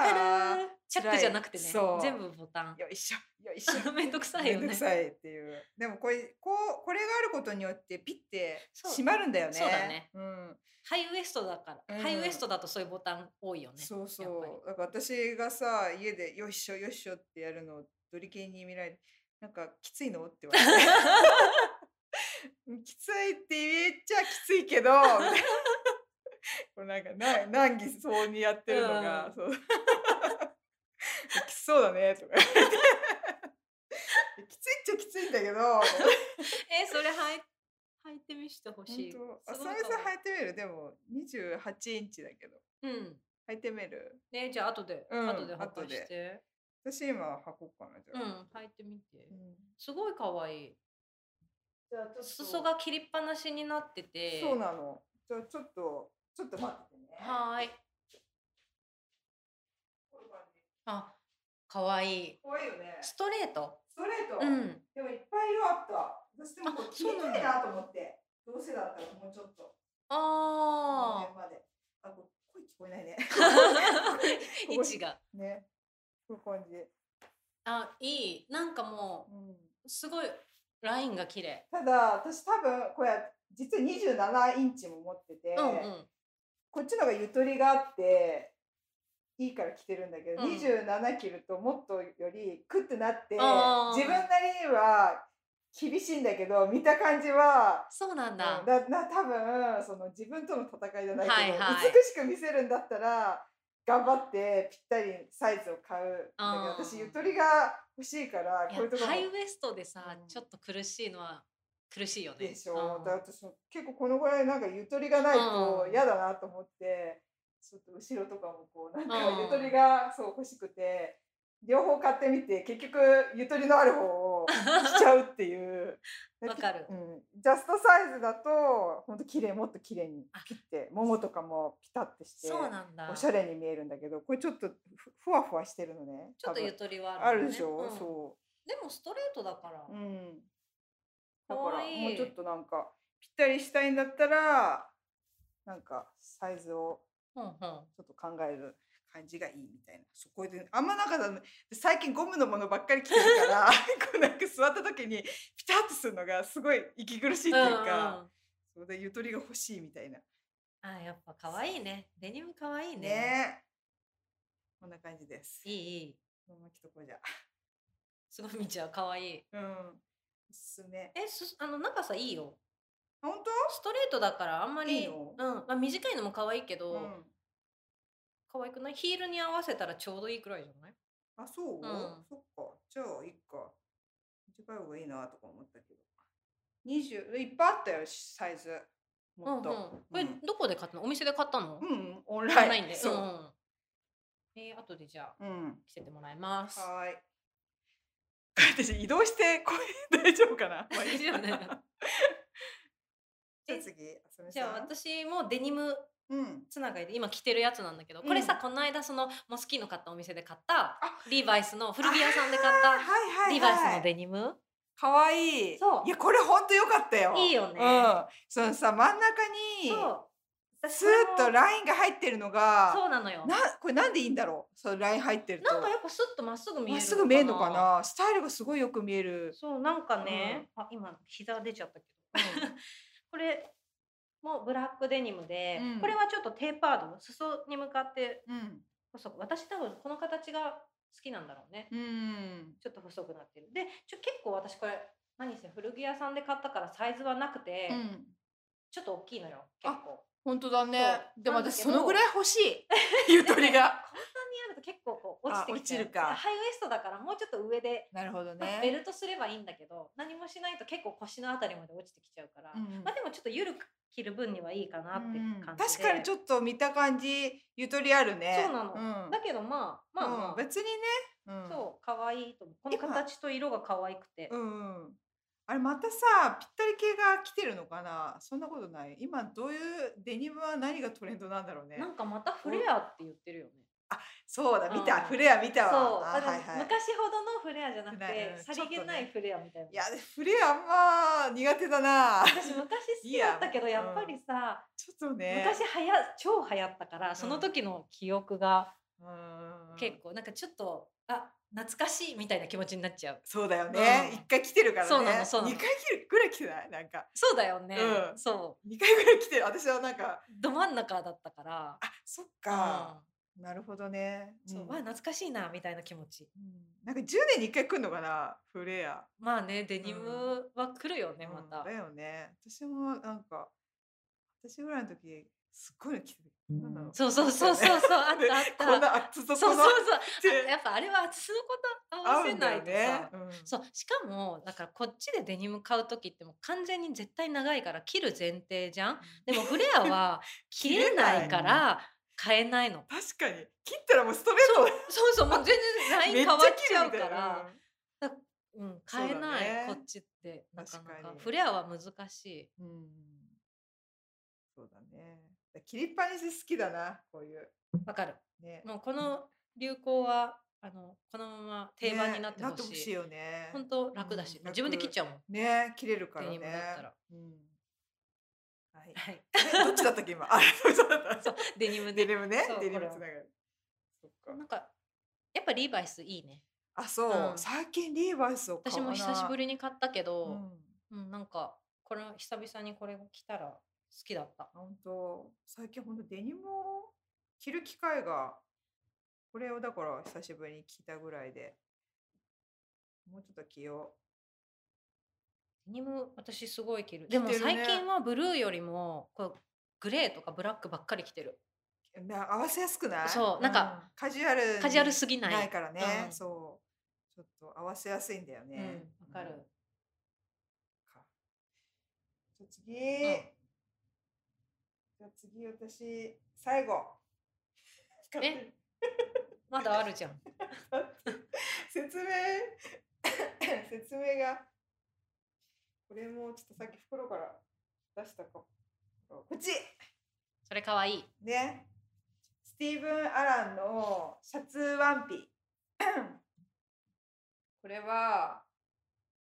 B: か
A: さ。
B: るーチャックじゃなくてね
A: そう
B: 全部ボタン
A: よいしょ、よいしょ。
B: <laughs> めんどくさいよ
A: めんど
B: ね
A: くさいっていう。でもこれ、こう、これがあることによって、ピッて
B: そう
A: 閉まるんだよね。
B: そうだね
A: うん。
B: ハイウエストだから、
A: うん
B: ハイウエストだとそういうボタン多いよね
A: そう
B: やっぱり
A: そう。だから私がさ、家でよいしょ、よいしょってやるのをドリケンに見られて、なんかきついのって言わ
B: <laughs>
A: れて。きついって言えちゃきついけど、みたいなこれなんかな難儀そうにやってるのが、
B: うん
A: そう <laughs> きつそうだねとか言 <laughs> われてきついっちゃきついんだ
B: <laughs>
A: けど
B: えそれはい履いてみしてほしい
A: 本当
B: す
A: 浅
B: ごい
A: 見
B: 可
A: さん
B: 愛
A: 履いてみるでも28インチだけど
B: いうん
A: 履いてみる
B: ねじゃあ後で、
A: うん
B: 後で履
A: 後
B: か
A: で
B: して
A: 私今履こうかなじ
B: う
A: ゃ
B: ん
A: あ、
B: 履いてみて
A: うん
B: すごい可愛い
A: じゃあちょっと
B: 裾が切りっぱなしになってて
A: そうなの。じゃあちょっとちょっと待っててね。
B: はーい
A: こういう感じ
B: あ可愛い
A: 怖いよね。
B: ストレート
A: ストレート。
B: うん
A: でもいっぱい色あった。私でもこれ
B: あ
A: 切り
B: そうなん
A: た
B: だ
A: いなと思って。どうせだったらもうちょっと。
B: あ
A: この辺まで。あこれ声聞こえないね。
B: ー <laughs> 位置が
A: ね。こういう感じ。
B: あいいなんかも
A: うん。
B: うすごいラインが綺麗
A: ただ私多分これ実は27インチも持ってて、
B: うんうん
A: こっちのがゆとりがあって。いいから着てるんだけど、
B: うん
A: 27着るともっとよりクッてなって
B: あー
A: 自分なりには厳しいんだけど見た感じは
B: そうなんだ、
A: うんだな多分その自分との戦いじゃないけど、
B: はいはい
A: 美しく見せるんだったら頑張ってぴったりサイズを買うんだ
B: あ
A: けど
B: ー
A: 私ゆとりが欲しいから
B: い
A: こういうとこ
B: や
A: ろ
B: ハイウ
A: も
B: エストでさ、
A: うん
B: ちょっと苦しいのは苦しいよね
A: でしょ、
B: うん
A: だから私結構このぐらいなんかゆとりがないと
B: うん
A: 嫌だなと思って、ちょっと後ろとかもこうなんか
B: うん
A: ゆとりがそう欲しくて両方買ってみて結局ゆとりのある方をしちゃうって
B: <laughs>
A: いう。
B: わかる
A: うん、ジャストサイズだと本当綺麗もっと綺麗に
B: あ
A: 切ってももとかもピタッてして
B: そうなんだ
A: おしゃれに見えるんだけどこれちょっとふふわふわしてるのね
B: ちょっと
A: 多分
B: ゆとりは
A: あ
B: ある,、
A: るでしょ、
B: うん
A: そ
B: でもストレートだから、
A: う、うん、だ
B: か
A: から
B: わいい
A: もうちょっとなんかぴったりしたいんだったらなんかサイズを
B: うんうん
A: ちょっと考える感じがいいみたいなそこであんまなんかさ最近ゴムのものばっかり着てるから
B: <laughs>
A: <laughs> こうなんか座った時にピタッとするのがすごい息苦しいっていうか。
B: うんうん
A: それでゆとりが欲しいみたいな。
B: あやっぱ可愛いねデニム可愛いね
A: ねえ。こんな感じです。
B: いいいい
A: このまま着とこうじゃ。
B: すごいみちゃん可愛い
A: うん。おすすめ。
B: えすあの長さいいよ
A: 本
B: ストレートだからあんまり
A: いいの
B: うんまあ、短いのも可愛いけ
A: 当
B: ど、
A: うん。
B: 可愛くないヒールに合わせたらちょうどいいくらいじゃない
A: あ、そう、
B: ん
A: そっか。じゃあ、いっか。短い方がいいなとか思ったけど。20、いっぱいあったよ、しサイズ。もっと。
B: うんうん、これどこで買ったのお店で買ったの、
A: うん、うんオン
B: 買わ
A: ラ
B: な
A: イ
B: い
A: ン
B: んで、
A: そ
B: うんう
A: う。
B: んえー、後でじゃあ
A: うん。
B: 着せてもらいます
A: はーい。 <laughs> 私移動してこれ <laughs> 大丈夫かな。まあいい
B: 大丈夫だよ
A: じゃあ
B: え
A: 次、あさみ
B: じゃあ
A: さん。
B: 私もデニム
A: うん。
B: つながりで今着てるやつなんだけどこれさ、
A: うん
B: この間そのモスキーの買ったお店で買った
A: あ
B: リーバイスの古着屋さんで買っ
A: あー
B: た
A: はいはいはい。
B: リーバイスのデニム
A: 可愛い。
B: そう
A: いやこれ本当良かったよ。
B: いいよね
A: うん。そのさ真ん中に
B: そう私
A: スーッとラインが入ってるのが、
B: そうなのよ
A: なこれなんでいいんだろう。そのライン入ってると。
B: なんかやっぱスッとまっすぐ見える
A: まっすぐ見えるのかな。スタイルがすごいよく見える。
B: そうなんかね、あ今膝出ちゃったけど、これもブラックデニムで、
A: うん
B: これはちょっとテーパード裾に向かって
A: うん。
B: 細く私多分この形が好きなんだろうね、
A: うん。
B: ちょっと細くなってるでちょ結構私これ何せ古着屋さんで買ったからサイズはなくて、
A: うん。
B: ちょっと大きいのよ
A: あ
B: 結構
A: 本当だね
B: そう
A: でも
B: なんだ
A: 私
B: け
A: そ
B: ど
A: のぐらい欲し
B: <laughs>
A: いゆとりが
B: こんなにあると結構こう落ちてきちゃう
A: あ落ちるか
B: ハイウエストだからもうちょっと上で、
A: <laughs> なるほど
B: まあベルトすればいいんだけど何もしないと結構腰のあたりまで落ちてきちゃうから、
A: うん
B: まあでもちょっと緩く着る分にはいいかなって
A: うん
B: 感じ
A: 確
B: で、
A: かにち
B: ょっ
A: ょっと見た感じゆとりあるね
B: そうなの
A: ん
B: だけどまあまあ、まあ
A: うん別にね、うん、
B: そう可愛いと思うこの
A: 今
B: 形と色が可愛くて、
A: うんうんあれまたさぴったり系が来てるのかなそんなことない今どういうデニムは何がトレンドなんだろうね
B: なんかまたフレアって言ってるよね、
A: そうだ
B: うん
A: 見た、フレア見たわ
B: そう
A: あ
B: あの
A: はいはい
B: 昔ほどのフレアじゃなく
A: フレア
B: て
A: うん
B: さりげないフレアみたいな、
A: いやフレアあんま苦手だな <laughs>
B: 私昔好きだったけど
A: いや
B: やっぱりさ、
A: ちょっとね
B: 昔はや超流行ったからその時の記憶が
A: うん
B: 結構なんかちょっと、あ懐かしいみたいな気持ちになっちゃう
A: そうだよね。
B: うん
A: 一、回来てるからね。
B: そうなのそうなの
A: 二回来るぐらい来てないなんか、
B: そうだよね、
A: うん
B: そ
A: 二回ぐらい来てる。私はなんか、
B: うど真ん中だったから
A: あ、そっか。なるほどね。
B: うん、そう
A: うん
B: わ懐かしいなみたいな気持ち
A: うんなんか10年に1回来るのかなフレア。
B: まあねデニムは来るよね、
A: うん
B: また、
A: だよね。私もなんか、私ぐらいの時、すっごいの来てる。なんだろう
B: そうそうそうそうそうあっ
A: で
B: たあっ
A: こん
B: た
A: な厚底の
B: そうそうそう
A: て
B: あやっぱあれは厚のこと合
A: 合
B: わ
A: う
B: せ
A: んだ
B: ない
A: よ
B: とさ、
A: ね。うん
B: そうしかもだからこっちでデニム買う時ってもう完全に絶対長いから切る前提じゃんでもフレア
A: <laughs>
B: は切れないから買えないの
A: 確かに切ったらもうストレート
B: そうそうもう全然ライン
A: めっ
B: 変
A: ちゃ
B: わっちゃう
A: 切
B: か
A: るみたい
B: ら
A: な、
B: うん、買えない、
A: そうだね
B: こっちってなかな
A: 確か
B: か
A: に
B: フレアは難しい
A: うんうんそうだね。切りっぱなし好きだなこういう。
B: わかる
A: ね。
B: もうこの流行はあのこのまま定番になってほ
A: ね
B: しい,、
A: よね。
B: ほんと楽だし、
A: うん楽
B: 自分で切っちゃうもん
A: ね切れるから
B: デ
A: ね
B: ニ。ムだったら
A: うん。はい。
B: <laughs> はい
A: えどっちだったっけ今。 <laughs> あ、そうだった。
B: そうデニム
A: デ
B: で
A: ニムね
B: そう。
A: デニム
B: これは
A: つながる。そっか
B: なんかやっぱリーバイスいいね
A: あ、そう
B: う。ん
A: 最近リーバイスを買
B: 私
A: わな
B: も
A: い
B: 久しぶ。りに買ったけ
A: うん。
B: ど
A: あ、
B: うんなんかこれ久々にこれが来たら好きだった
A: 本当。最近本当デニムを着る機会がこれをだから久しぶりに着たぐらいで。もうちょっと着よ
B: デニム私すごい着るでも
A: 着てるね
B: 最近はブルーよりもこうグレーとかブラックばっかり着てる
A: う。な合わせやすくない？
B: そうなんか
A: うカジュアルに
B: カジュアルすぎない
A: ないからね、
B: うん
A: そうちょっと合わせやすいんだよ
B: う
A: ね
B: んわかる、
A: かじゃあ次、じゃあ次私最後
B: えまだあるじゃん
A: 説明 <coughs> 説明がこれもちょっとさっき袋から出したかもこっち
B: それかわいい
A: ねスティーブン・アランのシャツワンピ <coughs> これは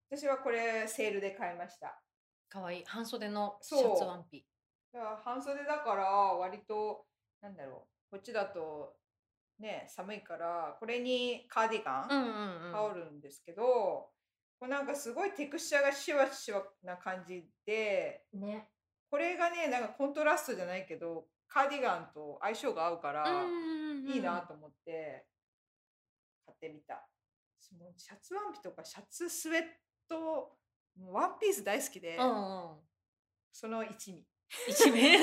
A: 私はこれセールで買いました
B: かわいい半袖のシ
A: そう
B: ャツワンピ
A: だから半袖だから割となんだろうこっちだとね寒いからこれにカーディガ
B: うん
A: ン
B: うんうん
A: 羽織るんですけど、こうなんかすごいテクスチャーがシワシワな感じで
B: ね
A: これがねなんかコントラストじゃないけどカーディガンと相性が合うから、
B: うん
A: いいなと思って買ってみた。私もうシャツワンピとかシャツスウェットもうワンピース大好きで、
B: うんうん
A: その一味
B: 一面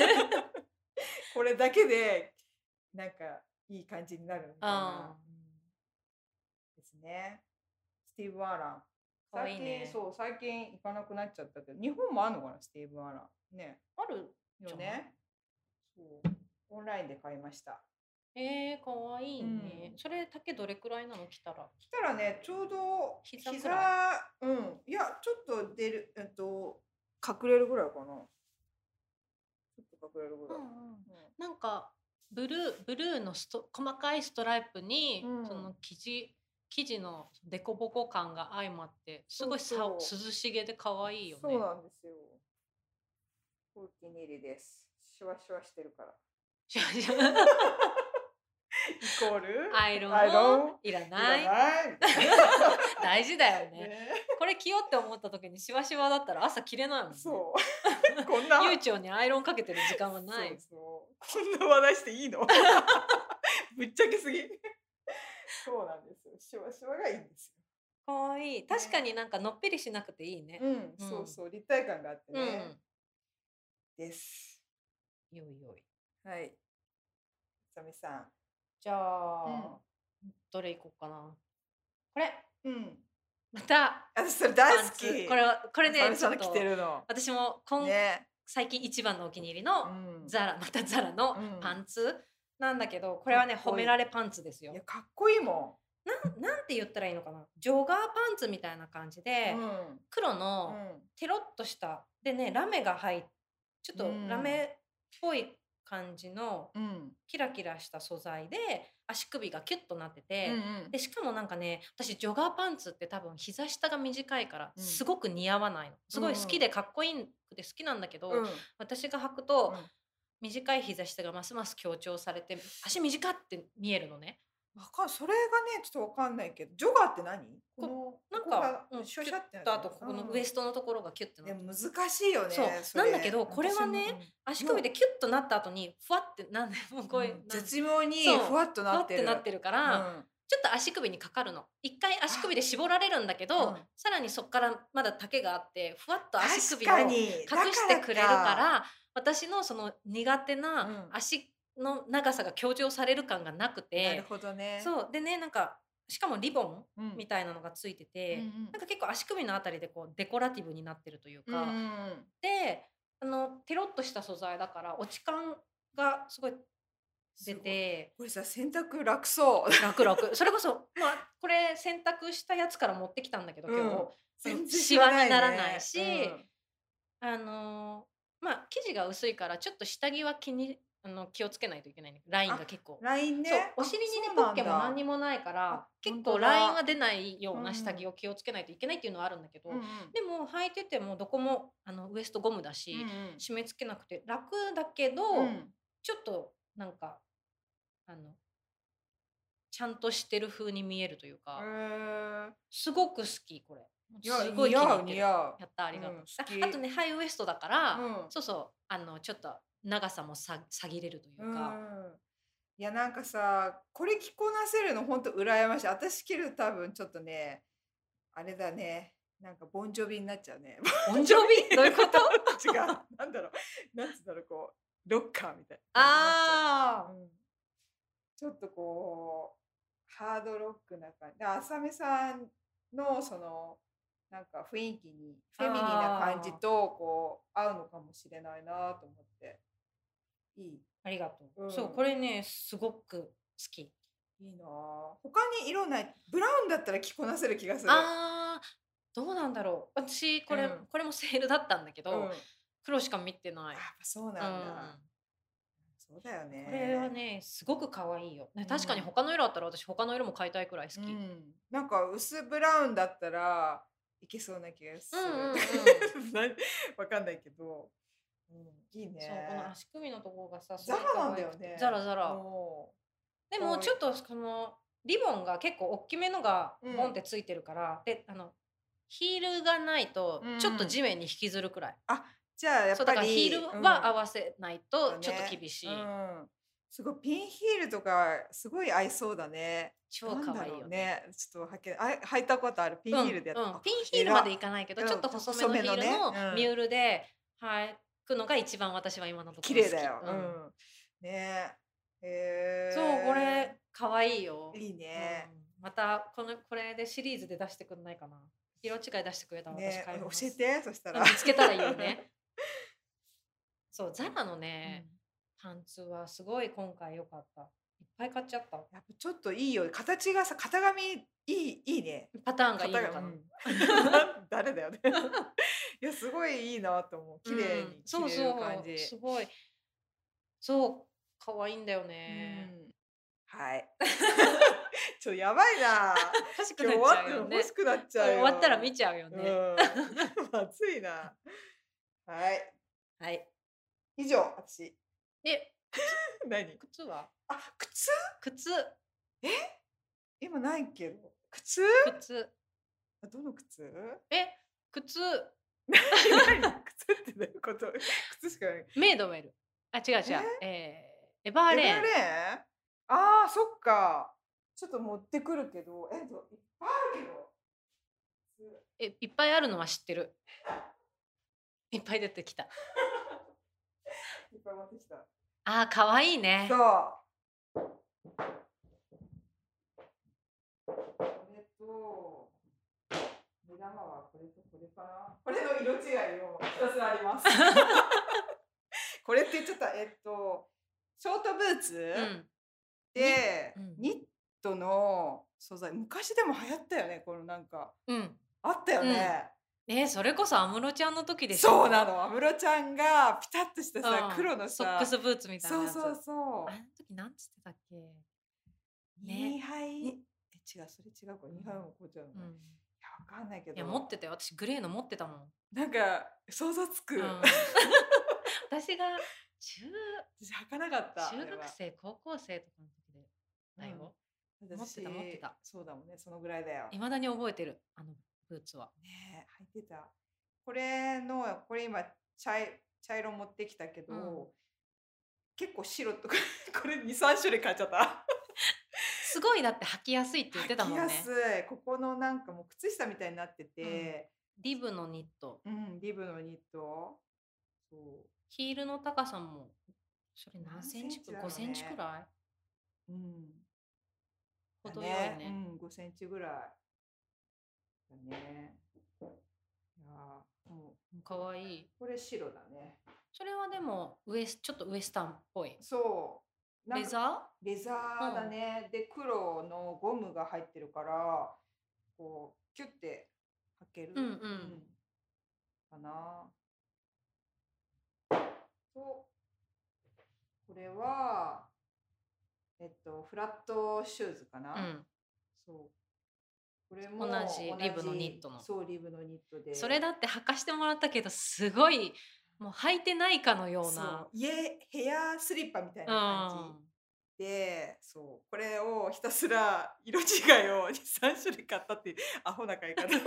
A: これだけでなんかいい感じになるみたいな、うんですね。スティーブ・アラン。
B: 可愛
A: 最
B: い
A: 近
B: ね
A: そう最近行かなくなっちゃったけど日本もあるのかなスティーブ・アラン。ね
B: ある
A: よ
B: じゃない
A: ね。そうオンラインで買いました。
B: <laughs> えー、かわいいね、
A: うん
B: それ丈どれくらいなの着たら
A: 来たらねちょうど
B: 膝
A: 膝
B: くら
A: うんいやちょっと出るえっと隠れるぐらいかな。ちょっと隠れるぐらい。
B: なんかブルーブルーのスト細かいストライプに、
A: うん
B: その生地生地のデコボコ感が相まってすごいさ
A: そう
B: 涼しげで可愛いよね
A: そうなんですよ。お気に入りです。シュワシュワしてるから。イコール
B: アイロン
A: アイロン
B: もいら
A: い
B: ない <laughs>
A: らないみたい
B: 大事だよ
A: な
B: ね
A: ね
B: これ着ようって思った時にシワシワだったら朝着れないもんね <laughs>
A: そう。こんな。
B: 悠長にアイロンかけてる時間はない
A: そうそうこんな話題していい
B: <laughs>
A: のぶっちゃけすぎ。そうなんですよ。シュワシュワがいいんです
B: 可愛いい確かになんかのっぺりしなくていいね
A: よ。うん、そうそう。立体感があって
B: うん、
A: ね。です。
B: よいよい
A: はい。さみさん。
B: じゃあ、どれいこうかなこれ
A: うん。
B: また
A: 私それ大好
B: パン
A: き。
B: ツこれはこ
A: こ
B: れねち
A: さ
B: ょ
A: み
B: っ
A: さんの
B: と
A: 着てるの。
B: 私も今、
A: ね。
B: 最近一番のお気に入りの
A: うん
B: ザラまたザラの
A: うん
B: パンツなんだけど、これはね
A: かっこい
B: 褒
A: い
B: められパンツですよ
A: いやかっこいいも
B: なんなんて言ったらいいのかなジョガーパンツみたいな感じ
A: ん。
B: で、
A: うん
B: 黒
A: う
B: の
A: ん
B: テロッとしたでねラメが入っちょっと
A: うん
B: ラメっぽい感じの
A: うん
B: キラキラした素材で足首がキュッとなってて、
A: うん
B: でしかもなんかね私ジョガーパンツって多分膝下が短いから
A: うん
B: すごく似合わないの、すごい好きでかっこいいくて好きなんだけど、
A: うん
B: 私が履くと、
A: うん
B: 短い膝下がますます強調されて足短って見えるのね
A: わかんそれがねちょっとわかんないけどジョガーって何こ
B: こ
A: の
B: なん
A: ここが
B: かうん
A: シュシャってなって
B: と
A: る
B: あとここのウエストのところがキュッて
A: うんで
B: なって
A: も難しいよね
B: そう
A: それ
B: なんだけどこれはね
A: 私も
B: 足首でキュッとなった後にふわってなんでもう
A: うん
B: こういう、
A: うん
B: なん
A: 絶妙に
B: そう
A: ふわっと
B: ふわ
A: な
B: っ
A: って
B: て
A: る
B: なってるから、
A: うん
B: ちょっと足首にかかるの一回足首で絞られるんだけど、
A: うん
B: さらにそこからまだ丈があってふわっと足
A: 確
B: 首を
A: か
B: 隠
A: に
B: してくれるから
A: だ
B: 私のその苦手な
A: うん
B: 足の長さが強調される感がなく
A: かなる
B: て、
A: ほどねう、
B: そうでねなんかしかもリボン
A: うん、
B: みたいなのがついて
A: う
B: て、
A: んうん
B: なんか結構足首のあたりでこうデコラティブになってるというか、
A: うんうん
B: であのテロッとした素材だから落ち感がすごい出
A: <laughs>
B: て
A: これさ洗濯楽そう
B: 楽々それこそまあこれ洗濯したやつから持ってきたんだけど今日、
A: うん <laughs> 全然
B: シワにならないし
A: 知らないね
B: あのーまあ生地が薄いからちょっと下着は気にあの気をつけないといけないねラインが結構
A: うん、。ラインね
B: そうお尻にね
A: あ
B: ポ
A: そうな
B: ッ
A: ん
B: ケ
A: だ
B: も何にもないから
A: あ
B: 結
A: 本
B: 構
A: 当だ
B: ラインは出ないよう
A: う
B: なん下着を気をつけないといけないっていうのはあるんだけど、
A: うんうん
B: でも履いててもどこもあのウエストゴムだし、
A: うん
B: 締め付けなくて楽だけど、
A: うんうん
B: ちょっとなんかあのちゃんとしてる風に見えるというか、
A: へー
B: すごく好きこれ
A: いや
B: すごい気
A: 似
B: に
A: 合う
B: 入ってる
A: 似
B: や
A: 合う
B: ったありがとう、
A: うん
B: あ
A: 好き
B: あとねハイウエストだから、
A: うん
B: そうそうあのちょっと長さもさ下げれるという
A: うん
B: か、
A: いやなんかさこれ着こなせるの本当羨ましい私着る多分ちょっとねあれだねなんかボンジョビになっちゃうね
B: ボンジ
A: <laughs>
B: ョビどういうこと
A: 違う <laughs> なんだろうなんつうんだろうこうロッカーみたいな
B: あ
A: う
B: ー
A: んちょっとこうハードロックな感じで浅見さんのそのなんか雰囲気にフェミニンな感じとこう合うのかもしれないなと思っていい
B: <laughs> ありがとう、
A: うん
B: そうこれねすごく好き
A: いいなあ他に色ないブラウンだったら着こなせる気がする
B: あーどうなんだろう私これ、
A: うん
B: これもセールだったんだけど、
A: うん、あやっ
B: 黒しか見てない
A: ぱそうなん
B: う
A: だ、
B: ん
A: そうだよね
B: これはねすごく可愛いよ、ね
A: うん
B: 確かに他の色あったら私他の色も買いたいくらい好き、
A: うん、なんか薄ブラウンだったらいけそうな気がする、
B: うんうんう
A: <laughs>
B: ん
A: なわかんないけど、うん、いいね
B: そうこの足首のところがさ
A: ザラなんだよ
B: すごい可愛く
A: ね
B: てザラザラ
A: も
B: で
A: 可
B: も
A: 愛い
B: ちょっとそのリボンが結構大きめのが
A: うん
B: ボンってついてるから、であのヒールがないと
A: うん
B: ちょっと地面に引きずるくらい、
A: うじゃあやっ
B: そう
A: ぱ
B: だ
A: り
B: からヒールは合わせない
A: うん
B: とちょっと厳しい、
A: だねうんすごいピンヒールとかすごい合いそうだね
B: 超可
A: なんだ
B: 愛い
A: ろ
B: よ
A: う
B: ね
A: ねちょっと履けあ履いたことあるピンヒールでやった、
B: うんう
A: あ
B: ん、ピンヒールまでいかないけど、
A: うん
B: ちょっと細めのヒー
A: 細
B: ル
A: めのね
B: の
A: うん
B: ミュールで履くのが一番私は今のところ好き
A: 綺麗だよ。
B: うん
A: うん、ねえへえ
B: そうこれ可愛いよ、
A: いいね
B: う。んまたこのこれでシリーズで出してくんないかな色違い出してくれたら私
A: ね
B: 買います
A: 教えてそした
B: う
A: ら
B: ん。見つけたらいいよね <laughs> そうザラのね、パンツはすごい今回良かったいっぱい買っちゃった
A: やっぱちょっといいよ形がさ型紙いいいい
B: <laughs>
A: ね。 <laughs>
B: パターンがいいのかな、
A: 型がうん誰だよね。 <laughs> いやすごいいいなと思う。綺麗
B: うん
A: に着れる感じ。
B: そうそうすごいそう可愛いんだよね、
A: うんはい。 <laughs> ちょっとやばいな。
B: 欲しく
A: 今
B: な
A: 日終
B: っち
A: わっ
B: ゃう
A: て
B: よ
A: も
B: ね
A: 欲しくなっちゃうよ。
B: 終わったら見ちゃうよね、
A: うん、 <laughs> まずいな。はい。
B: はい
A: 以上、私。 <laughs>
B: で
A: 何
B: 靴は
A: あ、靴
B: 靴
A: 今ないけど。靴
B: 靴
A: あどの靴
B: え靴
A: 何靴ってどういうこと靴しかない。
B: メイドウェルあ違う違うえーエバーレーン
A: エバレーンああ、そっか。ちょっと持ってくるけど。えっと、いっぱいあるけど。靴
B: えいっぱいあるのは知ってるいっぱい出てきた
A: いっぱい持ってきた。
B: あー可愛いね
A: そう。これと、目玉はこれとこれかな。これの色違いをひたすらあり
B: <laughs>
A: ます。これって言っちゃった。えっと、ショートブーツ
B: う、ん
A: で、
B: うん
A: ニットの素材、昔でも流行ったよね、このなんか。
B: うん
A: あったよね。
B: えーそれこそ安室ちゃんの時でしょ
A: そうなの。安室ちゃんがピタッとしたさ、
B: うん
A: 黒の
B: ソ
A: さ
B: ッ、クスブーツみたいな
A: そ
B: や
A: うそ
B: つ
A: うそう
B: あ。の時なんつってたっけ、ね
A: 二杯、
B: ね
A: え違うそれ違うか二杯も紅茶なの、
B: う
A: いや
B: ん、
A: わかんないけど
B: いや持ってたよ私グレーの持ってたもん、
A: なんか想像つく、
B: うん <laughs> 私が中
A: <laughs> 私履かなかった
B: 中学生高校生とかの時で
A: あ
B: だよ
A: れは
B: 持ってた持ってた
A: そうだもんねそのぐらいだよ
B: いま、未だに覚えてるあのブーツは
A: ねえ履いてたこれのこれ今茶い茶色持ってきたけど、
B: うん
A: 結構白とか <laughs> これ二三種類買っちゃった
B: すごいだって履きやすいって言ってた
A: <laughs>
B: もん
A: 履
B: ね
A: きやすいここのなんかもう靴下みたいになってて、
B: リブのニット
A: うんリブのニットそう
B: ヒールの高さもそれ何センチくらい
A: 何
B: 5
A: セ
B: セ
A: ン
B: ン
A: チ
B: チ
A: だろうね
B: くら
A: うんだ
B: い程よいね
A: うん、5センチぐらい。だね。いやーもう
B: かわいい
A: これ白だね。
B: それはでもウエスちょっとウエスタンっぽい
A: そう。なん
B: レ
A: か
B: ザ
A: レザーだね。で黒のゴムが入ってるから、こうキュッて履ける。
B: うんうん
A: かな。とこれはえっとフラットシューズかな。
B: ーうん
A: そう。これ
B: 同じリブのニットの
A: そう、リブのニットで。
B: それだって履かしてもらったけどすごいもう履いてないかのような
A: そう家、ヘアスリッパみたいな感じで、そう。これをひたすら色違いを <laughs> 2、3種類買ったっていうアホな買い方。 <laughs>
B: い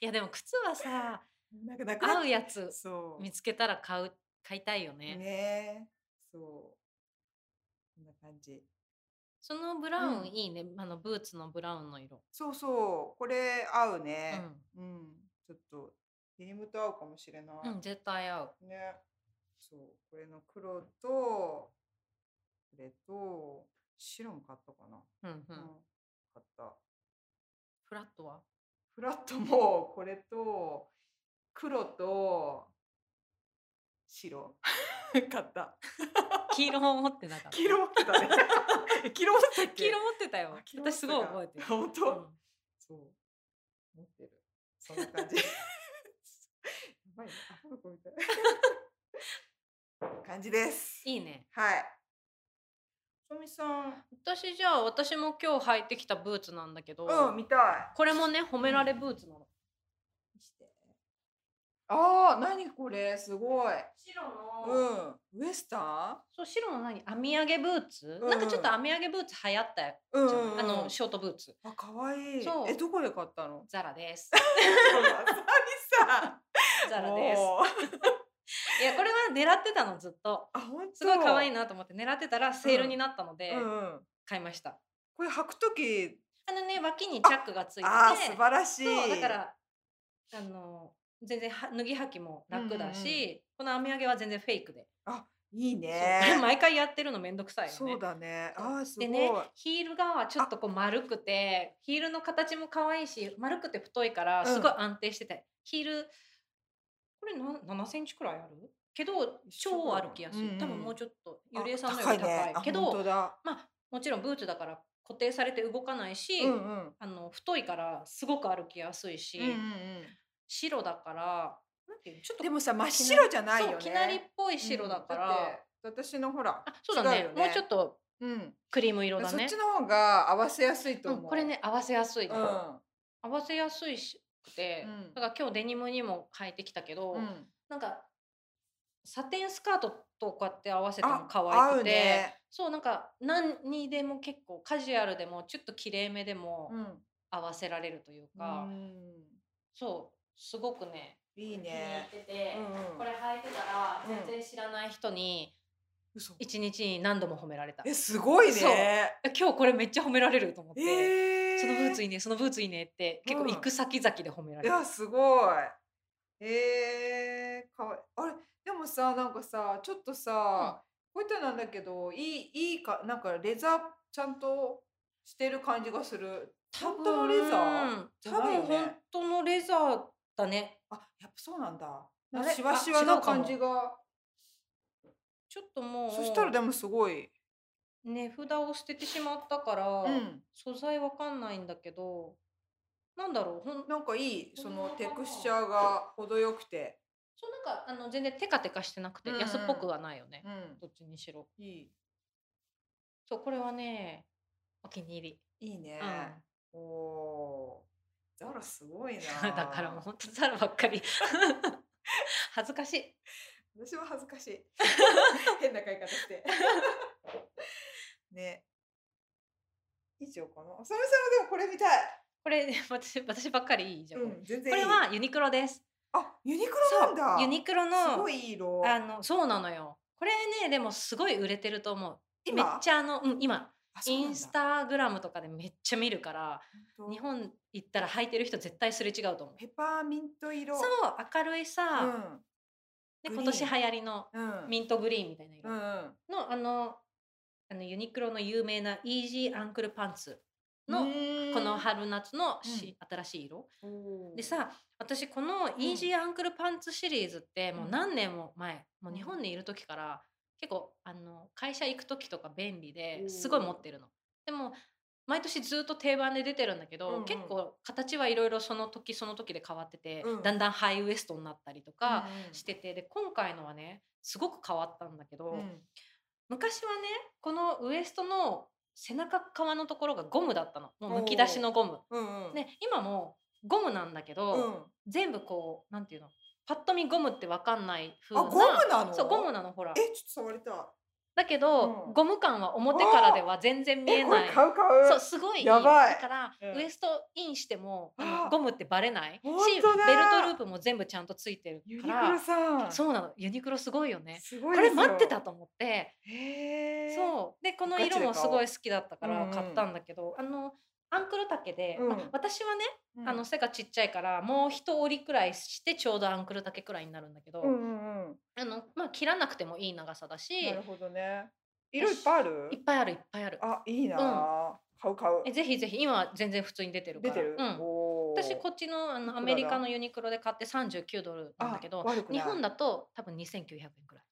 B: やでも靴はさ
A: なんかなくな
B: 合
A: っ
B: うやつ
A: そう。
B: 見つけたら買う買いたいよね
A: ねそう。こんな感じ。
B: そのブラウン、
A: うん
B: いいねあのブーツのブラウンの色、
A: そうそう。これ合う
B: う
A: ね。
B: ん
A: うん。ちょっと、デニムと合うかもしれない。
B: うん、絶対合う
A: ね。そう、これの黒と、これと、白も買ったかな。
B: うんう
A: うんん、買った。
B: フラットは <laughs>
A: フラットも、これと、黒と、白。買った。
B: 黄色も持ってなかった
A: 黄色持って <laughs> たね。え黄色持ってたっけ
B: 黄色持ってたよ
A: あ黄色持ってた
B: 私すごい覚
A: <laughs>
B: えてる
A: あ本当
B: うん
A: そう。持ってる。そんな感じ。や <laughs> ばいね。アホの子みたい。 <laughs> 感じです。
B: いいね
A: はい。とみさん。
B: 私じゃあ私も今日履いてきたブーツなんだけど、
A: うん、見たい。
B: これもね褒められブーツなの、
A: ああ、何これ、すごい。
B: 白
A: う、ん、ウエスタン。
B: そう白の何編み上げブーツ、
A: うん
B: なんかちょっと編み上げブーツ流行ったよ、
A: うん
B: じゃない
A: うん、
B: あのショートブーツ
A: あ、可愛い
B: そう
A: え、どこで買った
B: <laughs>
A: の。
B: ザ
A: <laughs>
B: ラです。
A: さ
B: ザラです。いやこれは狙ってたのずっと。
A: あ、本当。
B: すごい可愛い
A: い。
B: なと思って狙ってたらセールになったので
A: うん、うん。
B: 買いました。
A: これ履くとき。
B: あのね脇にチャックがついてて、
A: あー、素晴らしい。
B: そうだか。らあの全然は脱ぎ履きも楽だし、この編み上げは全然フェイクで。
A: いい
B: あれ
A: ね。
B: <laughs> 毎回やってるのめんどくさいよね。
A: そうだね。ああ、すご
B: で
A: い。
B: ねヒールがちょっとこう丸くてヒールの形も可愛いし丸くて太いから
A: うん
B: すごい安定してて、ヒールこれな7センチくらいあるけど
A: 一緒
B: 超
A: だ
B: 歩きやすい、
A: うんうん
B: 多分もうちょっと
A: あ
B: ゆりえさんのよ
A: 高
B: り
A: い
B: 高い
A: ね。あ
B: け
A: 本当
B: ど
A: だ。
B: まあもちろんブーツだから固定されて動かないし、
A: うんうん。
B: あの太いからすごく歩きやすいし、
A: うんうんうん
B: 白だからなんていうのちょっと
A: でもさ、真っ
B: きな
A: 白じゃないよね。
B: そうきなりっぽい白だから、
A: うんだって私のほら
B: あそうだ
A: 違
B: ね
A: よ
B: もうちょっと
A: うん
B: クリーム色だ
A: そっ
B: ね
A: ちの方が合わせやすいと
B: うん
A: 思う、
B: これね合わせやすい、
A: うん
B: 合わせやすいしくて、
A: うん
B: だから今日デニムにも変えてきたけど、
A: うん
B: なんかサテンスカートとかって合わせても
A: あ
B: 可
A: 合
B: 愛
A: う
B: くて、
A: ね
B: そうなんか何にでも結構カジュアルでもちょっときれいめでも
A: うん
B: 合わせられるというか、
A: うん
B: そうすごくね
A: いい
B: 気に入
A: ね
B: ってて、
A: うんうん
B: これ履いてた
A: う
B: ら
A: ん
B: 全然知らない人に
A: 嘘
B: 一日に何度も褒められた、
A: えすごいね
B: 今日これめっちゃ褒められると思って。
A: えー、
B: そのブーツい
A: い
B: いねそのブーツいいねって結
A: う
B: 構
A: ん
B: 行く先々で褒められる、
A: やすごいえー、かわいあれでもさなんかさちょっとさ、こういったなんだけどいいいいかなんかレザーちゃんとしてる感じがする
B: 多
A: 本当のレザー
B: 分
A: じゃないよね
B: 多分本当のレザーだね
A: あやっぱそうなんだ
B: あれ
A: しわしわな
B: あ違うかも
A: 感じが
B: ちょっともう
A: そしたらでもすごい、
B: 値札を捨ててしまったから、
A: うん、
B: 素材わかんないんだけどなんだろうほんそう
A: なんかいいその
B: 本当
A: テ
B: だ
A: クスチャーが程よくて、
B: なんかあの全然テカテカしてなくて
A: うんうん
B: 安っぽくはないよね、
A: うん、
B: どっちにしろ
A: いい
B: そうこれはねお気に入り、
A: いいね
B: う、ん <laughs>
A: おおーザラすごいな
B: <laughs> だからもう本当ザラばっかり <laughs> 恥ずかしい
A: 私は恥ずか
B: <laughs>
A: しい <laughs> 変な買い方して <laughs> ね以上かなあさみさんはでもこれ見たい、
B: これ <laughs> 私私ばっかりいいじゃん、
A: う
B: これ
A: ん、全然いい
B: これはユニクロです
A: あユニクロ
B: そう
A: なんだ
B: ユニクロ
A: す
B: の
A: ごいいい色
B: あのそうなのよこれねでもすごい売れてると思うめっ
A: 今
B: ちゃあの、うん、今
A: あそう
B: イ
A: なんだ
B: ンスタグラムとかでめっちゃ見るから
A: ほんと
B: 日本行ったら履いてる人絶対すれ違うと思う
A: ペパーミント色
B: そう明るいさ、
A: グリー
B: で今
A: ン
B: 年流行りの
A: うんうん
B: ミントグリーンみたいな色
A: うん
B: の、
A: うん
B: あのあのユニクロの有名なイージーアンクルパンツの、こ
A: こ
B: の春夏のし、新しい色でさ私このイージーアンクルパンツシリーズってもう何年も前、もう日本にいる時から結構あの会社行く時とか便利
A: おー
B: ですごい持ってるの。でも毎年ずっと定番で出てるんだけど、
A: うんうん
B: 結構形はいろいろその時その時で変わってて、
A: うん
B: だんだんハイウエストになったりとか
A: うんうん
B: してて、で今回のはねすごく変わったんだけど、
A: うん
B: 昔はねこのウエストの背中側のところがゴムだったのもうむき出しのゴム。
A: うんうん
B: で今もゴムなんだけ
A: う
B: ど、
A: ん
B: 全部こうなんていうのパッと見ゴムってわかんない風
A: あ
B: な
A: ゴムなの
B: そうゴムなのほら
A: えちょっと触りたい
B: だけど、
A: うん
B: ゴム感は表からでは全然見え
A: えこ
B: な
A: れ
B: い
A: 買う買う
B: そうすごいいい
A: やばい
B: だから、
A: うん
B: ウエストインしてもあ
A: あ
B: のゴムってバレないしベル
A: 本当だ
B: トループも全部ちゃんとついてる
A: ユニク
B: か
A: ロ
B: ら
A: さん
B: そうなのユニクロすごいよね
A: すご
B: こ
A: いです
B: れ
A: よ
B: 待ってたと思って
A: へえ
B: そうでこの
A: ガチで
B: 色も
A: 買
B: す
A: おう
B: ごい好きだったか
A: うん
B: ら
A: うん
B: 買ったんだけど、あのアンクル丈で、
A: うん
B: まあ私はね
A: う
B: あの背がちっちゃいからもう一折りくらいしてちょうどアンクル丈くらいになるんだけど、
A: うんうんうん
B: あのまあ、切らなくてもいい長さだし
A: ないるほどね色いっぱいある
B: っぱいあるいっぱいある
A: あいいなあ買う買う
B: えぜひぜひ今は全然普通に出てるか
A: 出
B: ら
A: てる
B: うん、
A: おー
B: 私こっちの
A: いくら
B: あの
A: だ
B: アメリカのユニクロで買って39ドルなんだけ
A: あ
B: ど
A: 悪くない
B: 日本だと多分2900円くらい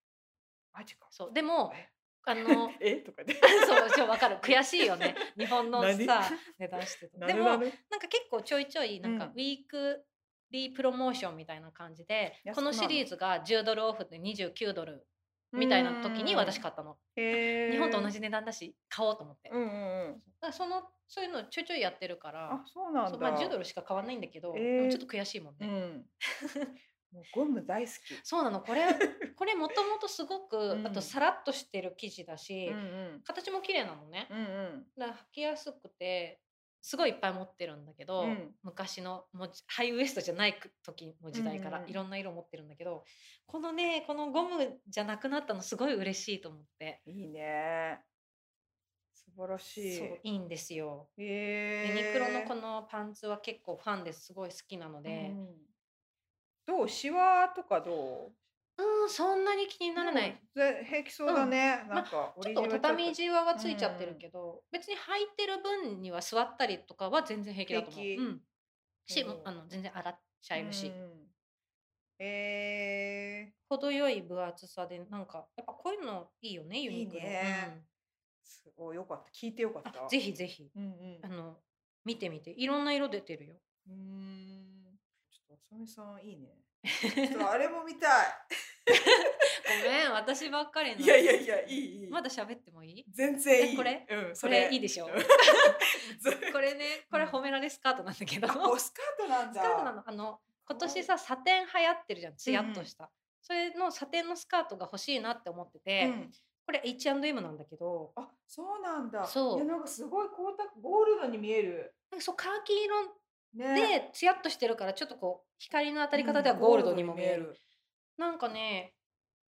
A: マジか
B: そうでも
A: え <laughs>
B: あの
A: えとかで
B: そうちょわかる悔しいよね日本の
A: 何
B: さ値段してた
A: <laughs> な
B: で
A: る
B: も
A: なる
B: なんか結構ちょいちょいなんか
A: うん
B: ウィークリープロモーションみたいな感じで、
A: 安く
B: こ
A: なる
B: のシリーズが10ドルオフで29ドルみたいな時に私買ったの、
A: うんへー
B: 日本と同じ値段だし買おうと思って、
A: うんうんうん
B: だからそのそういうのちょいちょいやってるから
A: あそうなん
B: そう
A: だ
B: まあ、10ドルしか買わないんだけど、
A: えー
B: でもちょっと悔しいもん
A: う
B: ね、 <laughs>
A: んもうゴム大好き
B: そうなの
A: <laughs>
B: これこれもともとすごく、
A: うん
B: あとさらっとしてる生地だし、
A: うんうん
B: 形も綺麗なのね
A: うんうん
B: だから履きやすくてすごいいっぱい持ってるんだけど、
A: うん
B: 昔のもうハイウエストじゃない時の時代か
A: うん
B: ら
A: うんうん
B: いろんな色持ってるんだけど、このねこのゴムじゃなくなったのすごい嬉しいと思って
A: いいね素晴らし
B: そう
A: い
B: いいんですよ。ユ
A: へ
B: ニ
A: ー
B: クロのこのパンツは結構ファンですごい好きなので、
A: うんどうシワとかどう
B: うんそんなに気にならない、
A: で平気そうだね、なんかオ
B: ち
A: リ
B: ょ
A: ジ
B: っと
A: ナル
B: 畳
A: ち
B: じわがついちゃってるけど、別に履いてる分には座ったりとかは全然平気だと思う、
A: 平気
B: うん、し、
A: うん
B: もうあの全然洗っち
A: ょ
B: ゃ
A: っと
B: えるし、
A: うんえー、
B: 程よい分厚さでなんかやっぱこういうのいいよねユニクロ
A: いいねすごいよかった聞いてよかっ
B: うん
A: た
B: あぜひぜひ
A: うんうん
B: あの見てみていろんな色出てるよ
A: うーんちょっとあさみさんいいねちょっとあれも見
B: <laughs>
A: たい
B: ごめん私ばっかりの
A: いやいやいやいいいい
B: まだ喋ってもいい
A: 全然いい
B: えこれ
A: うん
B: これいいでしょ <laughs>
A: ず
B: これねこれ
A: うん
B: 褒められスカートなんだけど
A: あおスカートなん
B: ス
A: だ
B: カートなのあの今年さサテン流行ってるじゃんツヤっとした、それのサテンのスカートが欲しいなって思ってて、
A: うん
B: これ H&M なんだけど
A: あそうなんだ
B: そう
A: いやなんかすごい光沢ゴールドに見える
B: なんかそうカーキ色
A: ね
B: でツヤっとしてるからちょっとこう光の当たり方ではゴールドにも見える,、
A: うん
B: なんかね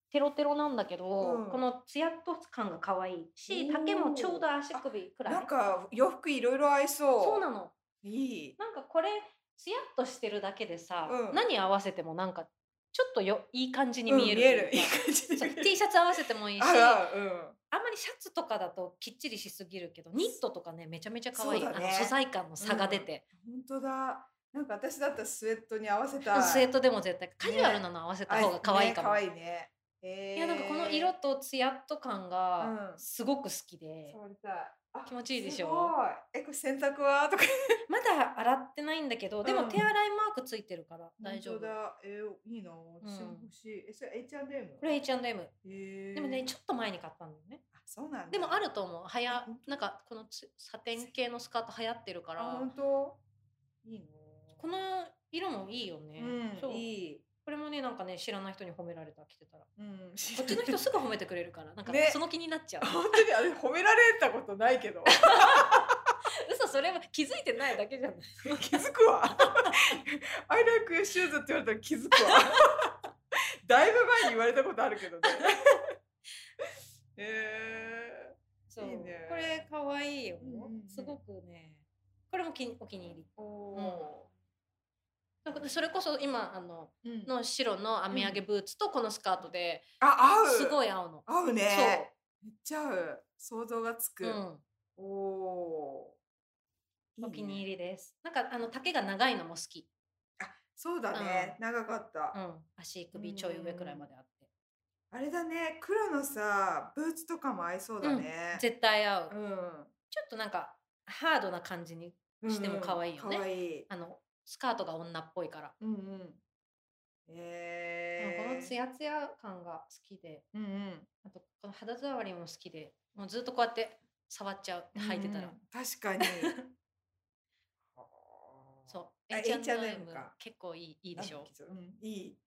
B: テロテロなんだけど、
A: うん
B: このツヤっと感が可愛いし
A: おー
B: 丈もちょうど足首くらい
A: なんか洋服いろいろ合いそう
B: そうなの
A: いい
B: なんかこれツヤっとしてるだけでさ、
A: うん
B: 何合わせてもなんかちょっとよいい感じに見え
A: う
B: る
A: ん、見える
B: と
A: いい
B: い
A: う
B: か
A: 感じで
B: そう
A: 見える
B: T シャツ合わせてもい
A: <laughs>
B: いし
A: あらうん
B: あんまりシャツとかだときっちりしすぎるけどニットとかねめちゃめちゃ可愛い、
A: そう
B: あ
A: だ
B: の
A: ね
B: 素材感の差が出て、
A: 本当だなんか私だったらスウェットに合わせたい
B: スウェットでも絶対カジュアルなの合わせた方が可愛いかも、
A: あね可愛いねえー
B: いやなんかこの色とツヤっと感が
A: うん
B: すごく好きで、
A: 触りたいあ
B: 気持ちいいでしょ
A: すごいえこれ洗濯はとか
B: まだ洗ってないんだけどでも
A: うん
B: 手洗いマークついてるから大丈夫
A: 本当だえーいいな私も
B: うん
A: 欲しい、えそれ H&M
B: これ H&M
A: えー
B: でもねちょっと前に買ったんだよね
A: あそうなんだ
B: でもあると思うは
A: あ
B: や
A: 本当
B: なんかこのつサテン系のスカート流行ってるか
A: あ
B: ら
A: 本当いいの
B: この色もいいよね、
A: う
B: そ
A: ん
B: う
A: いい
B: これもねなんかね知らない人に褒められた着てたら
A: うん
B: こっちの人すぐ褒めてくれるからなんか
A: ね
B: その気になっちゃう、
A: <laughs> 本当にあれ褒められたことないけ
B: <laughs>
A: ど
B: 嘘それは気づいてないだけじゃない
A: 気づくわ I like your shoes って言われたら気づくわだいぶ前に言われたことあるけ
B: <laughs>
A: どねえ
B: そう
A: いいね
B: これ可愛いよ、
A: うんうんうん
B: すごくねこれもきお気に入り
A: ー、
B: Hmm.
A: お
B: なんかそれこそ今あの
A: ー、うん
B: の白の編み上げブーツとこのスカートで、
A: あ合う
B: すごい合うの、
A: 合うね
B: そう
A: めっちゃ合う想像がつく、
B: うん
A: おおー
B: お気に入
A: り
B: りです。なんかあの丈が長いのも好き。
A: そうだね、長かった、
B: うん、足首ちょい上くらいまであって。
A: あれだね黒のさブーツとかも合いそうだね、
B: 絶対合う。
A: うん
B: ちょっとなんかハードな感じに、しても可愛いよね
A: 可愛い
B: あのスカートが女っぽいから。
A: うんうん
B: うんこ
A: え
B: の
A: ー、
B: ツヤツヤ感が好きで、
A: うんうん
B: あとこの肌触りも好きで、もうずっとこうやって触っちゃう履いてたら。
A: うんうん確かに
B: <laughs> そう。
A: あ
B: H&M
A: H&M か
B: 結構いいい
A: い
B: いでしょ。
A: うん、いい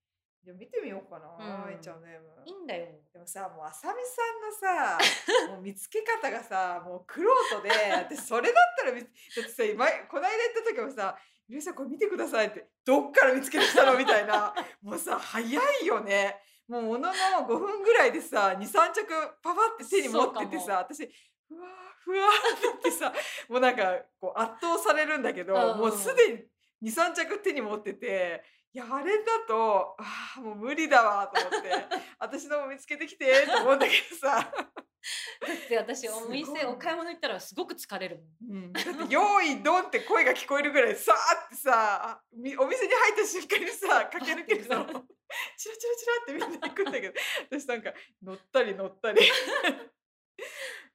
A: でも見てみようかな、
B: うん
A: H&M
B: いいんだよ。
A: でもさもうあさみさんのさもう見つけ方がさもうクロートで私それだったら見つ <laughs> だってさ今この間行った時もさ「ゆりさんこれ見てください」ってどっから見つけてきたのみたいなもうさ早いよねもうものの5分ぐらいでさ23着パパって手に持っててさ私ふわーふわーって言ってさもうなんかこう圧倒されるんだけど、
B: うん
A: もうすでに23着手に持ってていやあれだとあーもう無理だわと
B: <laughs>
A: 思って私のも見つけてきてと思うんだけどさ、
B: だって私お
A: すごい
B: 店お買い物行ったらすごく疲
A: <laughs>
B: れるもん。
A: うん、だって「用意ドン」って声が聞こえるぐらいさーってさみお店に入った瞬間に
B: <laughs>
A: さ駆け抜けてさ
B: バッて行く
A: チラチラチラってみんな行くんだけど <laughs> 私なんか乗ったり乗ったり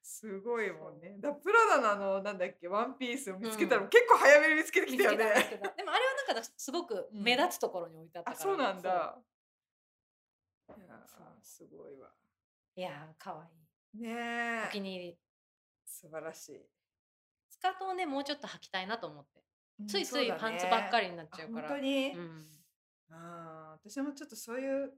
A: すごいもんねだプラダのあのなんだっけワンピースを見つけたら、
B: う
A: 結構早めに見つけてき
B: 見つ
A: た
B: けた
A: よ
B: 見
A: ね
B: つけたでもあれはなんかすごく目立つところに置いてあった
A: あ
B: から、
A: そうなん
B: そう
A: だいや
B: そう
A: ーすごいわ
B: いやー、かわい
A: ね
B: い。お気
A: え
B: に入り。
A: 素晴らしい
B: スカートをね、もうちょっと履きたいなと思って。
A: うん
B: ついつ
A: そう
B: い
A: だね
B: パンツばっかりになっちゃうか
A: あ
B: ら。
A: 本当に、
B: うん、
A: あー私もちょっとそういう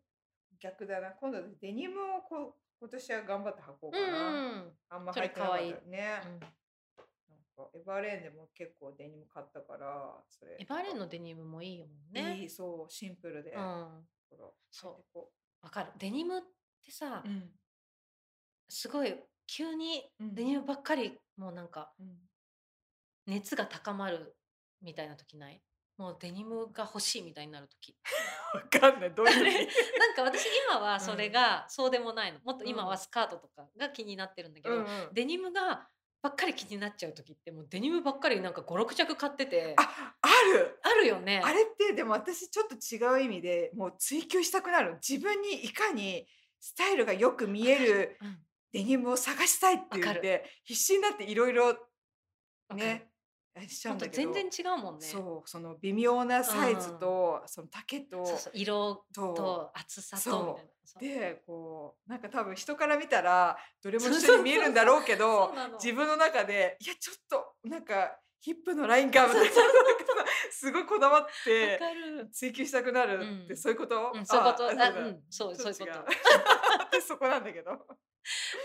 A: 逆だな今度デニムをこう今年は頑張って履こう
B: う
A: かな、
B: ん、
A: あんま
B: それ
A: 履いてなかった
B: 可愛い
A: ね、なん
B: うん。
A: かエバーレーンでも結構デニム買ったからそれ
B: エバーレーンのデニムもいいよね。
A: いいそうシンプルで、
B: うん。わ
A: ほら
B: そう
A: 履いてこ
B: かる。デニムってさ、
A: ううん
B: すごい急に
A: うん
B: デニムばっかり、もうなんか
A: うん
B: 熱が高まるみたいな時ないもうデニムが欲しいみたいになる
A: <laughs>
B: 時
A: わかんないどういう意味
B: なんか私今はそれがそうでもないのもっと今
A: う
B: は
A: ん
B: スカートとかが気になってるんだけ
A: <laughs>
B: ど、
A: うんうん
B: デニムがばっかり気になっちゃう時ってもうデニムばっかりなんか56着買っててあ
A: あある
B: るよね
A: あれってでも私ちょっと違う意味でもう追求したくなる自分にいかにスタイルがよく見える
B: うん
A: デニムを探したいって言
B: わ
A: っ
B: か
A: て必死になっていろいろ
B: わかる
A: ねしちゃう
B: ほん
A: ん
B: と
A: だけど
B: 全然違うもんね
A: そうその微妙なサイズと、その丈と
B: そうそう色
A: と
B: と厚さ
A: そう
B: とみたいなそう
A: でこうなんか多分人から見たらどれも一
B: そ
A: 緒
B: う
A: に見えるんだろうけど
B: そうなの
A: 自分の中でいやちょっとなんかヒップのラインがみたいななんか <laughs> すごいこだわっ
B: わ
A: て
B: かる
A: 追求したくなるって、
B: うん
A: そういうこと、
B: うんそういうこと
A: あ
B: あ
A: そうだ
B: うんそうそういう
A: ち
B: こ
A: ょっ
B: と
A: 違 <laughs> そこなんだけど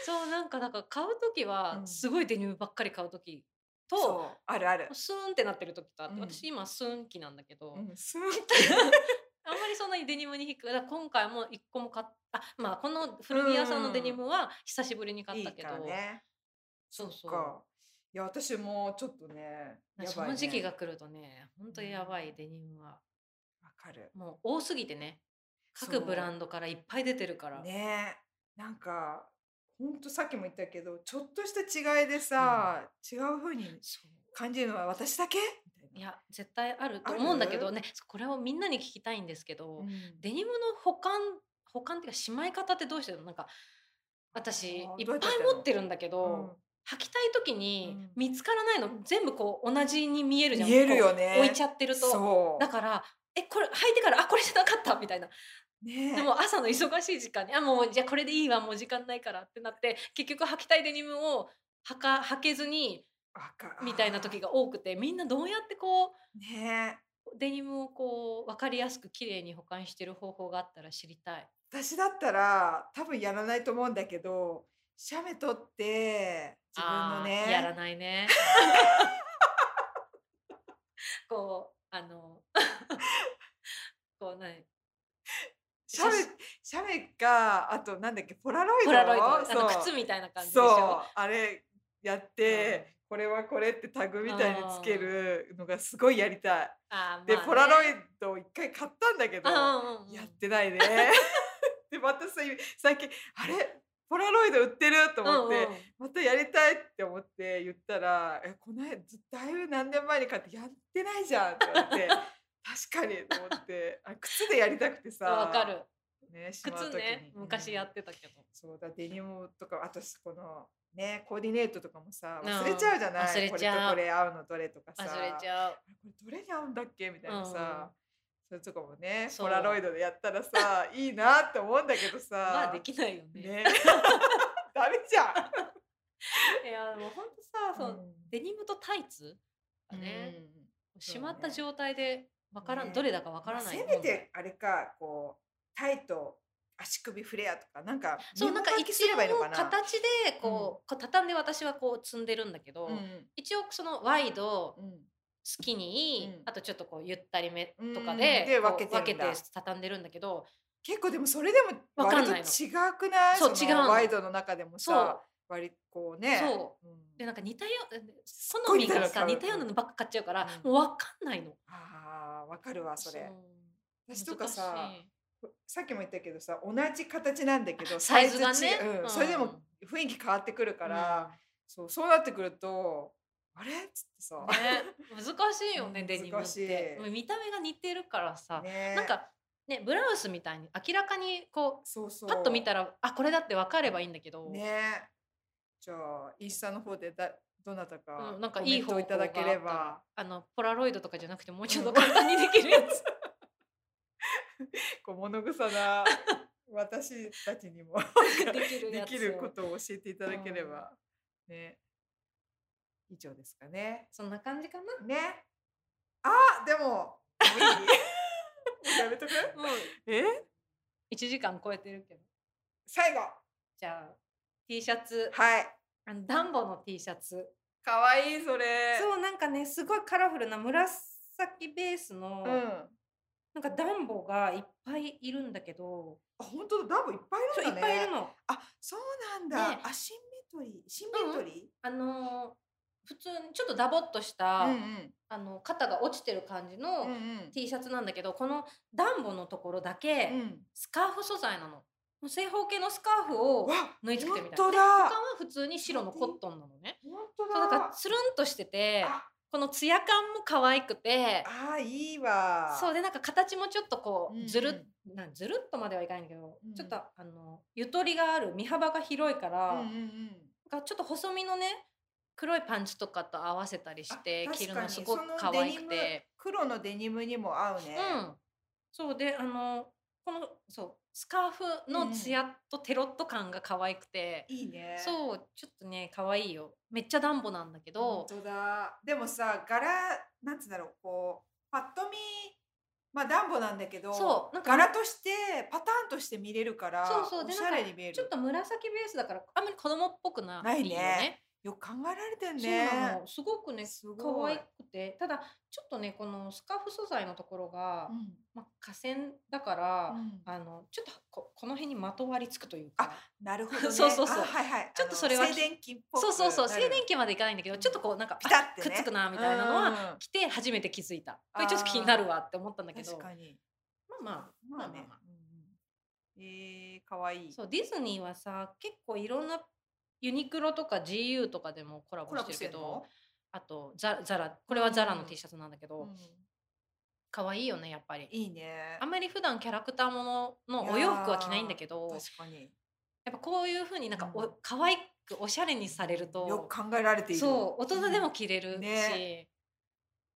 B: そうなんかだから買う時
A: う
B: は
A: ん
B: すごいデニムばっかり買う時と、
A: そうあるある、
B: スーンってなってる時とあって、
A: うん
B: 私今スーン期なんだけど、
A: うん、スーン
B: あんまりそんなにデニムに引くだから今回も一個も買ったあまあこの古着屋さんのデニムは久しぶりに買
A: い
B: っ
A: い
B: たけど、
A: からね
B: そうそう
A: かいや私もちょっとねやばいね
B: その時期が来るとね本当やばいデニムは
A: わかる
B: もう多すぎてね各ブランドからいっぱい出てるから、
A: ねえなんかほんとさっきも言ったけどちょっとした違いでさ、違う風に
B: そう
A: 感じるのは私だけ
B: い
A: み
B: や絶対あると
A: ある
B: 思うんだけどねこれをみんなに聞きたいんですけ
A: た
B: ど、
A: いな
B: デニムの保管保管っていうかしまい方ってどうしてるのなんか私いっ
A: あー
B: ぱい
A: どうやってやってんの
B: 持ってるんだけど、履きたい時に
A: うん
B: 見つからないの、全部こう同じに見えるじゃん
A: 見える
B: こ
A: よ
B: う
A: ね
B: 置いちゃってると
A: そう
B: だからえこれ履いてからあこれじゃなかったみたいな
A: ねえ
B: でも朝の忙しい時間にあもうじゃあこれでいいわもう時間ないからってなって結局履きたいデニムを履か履けずに
A: わか
B: みたいな時が多くてみんなどうやってこう
A: ねえ
B: デニムをこう分かりやすく綺麗に保管してる方法があったら知りたい。
A: 私だったら多分やらないと思うんだけど写メ撮って自分の
B: あーやら
A: ね
B: な
A: <laughs>
B: いね。こうあの <laughs> こうね
A: 写メ写メかあとなんだっけポラロイド
B: ポラロイドあ
A: そう
B: の靴みたいな感じでし
A: そう
B: ょ。
A: あれやって、これはこれってタグみたいにつけるのがすごいやりたい。
B: あー
A: で、
B: まあね
A: ポラロイドを一回買ったんだけど、
B: あーうんうんうん
A: やってないね。でまたさ最近あれポラロイド売ってると思って、
B: うんうん
A: またやりたいって思って言ったら「えこの間ずだいぶ何年前に買ってやってないじゃん」って言われて確かにと思ってあ靴でやりたくてさ
B: わかる。
A: ね、しまう
B: 靴
A: 時
B: ね
A: に
B: 昔やってたけど。
A: そうだデニムとかあとこのねコーディネートとかもさ忘れちゃうじゃない、
B: 忘れちゃう
A: これとこれ合うのどれとかさ
B: 忘れちゃう。
A: あこれどれに合うんだっけみたいなさ、そういうとこもね
B: そう
A: ポラロイドでやったらさ
B: <laughs>
A: いいなって思うんだけどさ
B: まあできないよね。
A: ね <laughs> ダメじゃ
B: いやもう本当さそ
A: ん、
B: の、デニムとタイツが
A: うん
B: ね、
A: うん
B: しまった
A: そう
B: 状態でわからん、
A: ね
B: どれだかわからない
A: せめてあれかこうタイと足首フレアとかなんか
B: そうなんか
A: 見本書
B: 一
A: きすればいいの
B: 応
A: かな
B: 形でこう、こう畳んで私はこう積んでるんだけど、
A: うん
B: 一応そのワイド
A: うん
B: スキニー、
A: うん
B: あとちょっとこうゆったりめと
A: う
B: か
A: ん
B: で,、
A: で
B: こう
A: 分けてんだ
B: 畳んでるんだけど
A: 結構でもそれでも
B: わか
A: 割
B: ん
A: と
B: ない
A: 違
B: の
A: くない
B: そう
A: そ
B: 違うの
A: のワイドの中でも
B: そう
A: さ割こうね、
B: そう
A: ん
B: でなんか似たよ
A: ご
B: 好
A: い
B: みがさ
A: 似た
B: 似た
A: よ
B: よ
A: うなの買う
B: うなのばっか買っちゃうから、
A: うん
B: もうわかんないの。
A: あーわかるわそれ
B: う
A: 私とか
B: 難
A: さ
B: しい
A: さっきも言ったけどさ同じ形なんだけど
B: サイズがね
A: 違ううん
B: うん
A: それでも雰囲気変わってくるから、そうそうなってくるとあれっつってさ、
B: ね、難しいよね
A: うん
B: デニムっ
A: 難しい
B: てもう見た目が似てるからさ、
A: ね
B: なんかねブラウスみたいに明らかにこ
A: そうそうう
B: パッと見たらあこれだって分かればいいんだけど、
A: ねじゃあインスタの方でだどなたか
B: うん、なんか
A: コ
B: い
A: メ
B: い
A: ント
B: 方
A: を
B: 法
A: いただけ
B: があ
A: れ
B: ったら
A: ば
B: あのポラロイドとかじゃなくてもうちょっ
A: う
B: と
A: ん
B: 簡単にできる
A: <laughs>
B: やつ
A: こう物臭な私たちにも
B: できる
A: で
B: やつ
A: きるこ
B: を
A: とを教えていただければ、ね以上ですかね
B: そんな感じかな
A: ねあでももういいもうやめとく
B: <laughs> もう
A: え
B: 1時間超えてるけど
A: 最後
B: じゃあ T シャツ
A: はい
B: あのダンボの T シャツ
A: 可愛いそれ
B: そうなんかねすごいカラフルな紫ベースの、
A: うん
B: なんかダンボがいっぱいいるんだけど
A: あ本当だダブいっぱい
B: そう
A: いる
B: い
A: んだ
B: っぱいい
A: ね
B: るの。
A: あそうなんだ、
B: ね
A: アシンメトリーシンメトリー、
B: あのー普通にちょっとダボっとした、
A: うんうん
B: あの肩が落ちてる感じの
A: うん
B: T シャツなんだけど、この暖房のところだけ
A: うんうん
B: スカーフ素材なの。もう正方形のスカーフを
A: わ
B: 縫い付けてみたいな。
A: 本当
B: で
A: だ
B: 他は普通に白のコットンなのね。
A: 本当
B: そうだから
A: だ
B: つるんとしてて
A: あ
B: このツヤ感も可愛くて
A: あーいいわ
B: そうでなんか形もちょっとこ
A: うんうん
B: うずる,、なんずるっとまではいかないんだけど、
A: うん
B: ちょっとあのゆとりがある身幅が広いから、
A: うんうんうん
B: なんかちょっと細身のね黒いパンツとかと合わせたりして
A: あ
B: 着
A: 確
B: る
A: か
B: の
A: に
B: すごく可愛くて。
A: そのデニム黒のデニムにも合うね、
B: うん、そうであのこのそうスカーフ
A: うん
B: の
A: うん
B: ツヤとテロッと感が可愛くて、
A: いいね
B: そうちょっとね可愛いよめっちゃダンボなんだけ
A: 本
B: ど、
A: 当だでもさ柄なんつうんだろうこうパッと見まあ暖房なんだけど
B: そうなんか
A: 柄としてパターンとして見れるから
B: そうそ
A: お
B: うで
A: し
B: な
A: ゃ
B: んか
A: れに見える
B: ちょっと紫ベースだからあんまり子供っぽくな
A: ないね
B: よ
A: よく考えられてん
B: ね
A: ね
B: そうなのすごくね
A: すごい
B: 可愛くてただちょっとねこのスカーフ素材のところが、
A: うん
B: まあ、河川だから、
A: うん
B: あのちょっとここの辺にまとわりつくというか。
A: なるほどね
B: そうそうそう
A: あはいはい
B: ちょっとそれは
A: あの静電気っぽく
B: そうそうそう
A: な
B: 静
A: る
B: 電気までいかないんだけどちょっとこうなんか
A: ピタッてね
B: あくっつくなみたいなのは
A: は
B: 来て初めて気づいたこ
A: あー
B: れちょっと気になるわって思ったんだけど
A: 確
B: ま
A: かに
B: あま
A: まあ
B: まあまあ
A: ね
B: まあ
A: うんうんえー可愛
B: あ
A: い
B: そうディズニーはさ結構いろんなユニクロとか GU とかでもコラボしてるけ
A: コラボ
B: ど
A: し
B: あとザザラこれはザラの
A: うん
B: T シャツなんだ
A: て
B: け
A: んの
B: ど
A: うん
B: 可愛いよねやっぱり
A: いいね
B: あんまり普段キャラクターもののお洋服は着ないんだけ
A: いや
B: ど
A: ー確かに
B: やっぱこういう風になんか
A: う
B: お
A: ん
B: 可愛くおしゃれにされる
A: よ
B: と
A: く考えられている
B: そう大人で
A: う
B: も
A: ん
B: 着れる
A: ね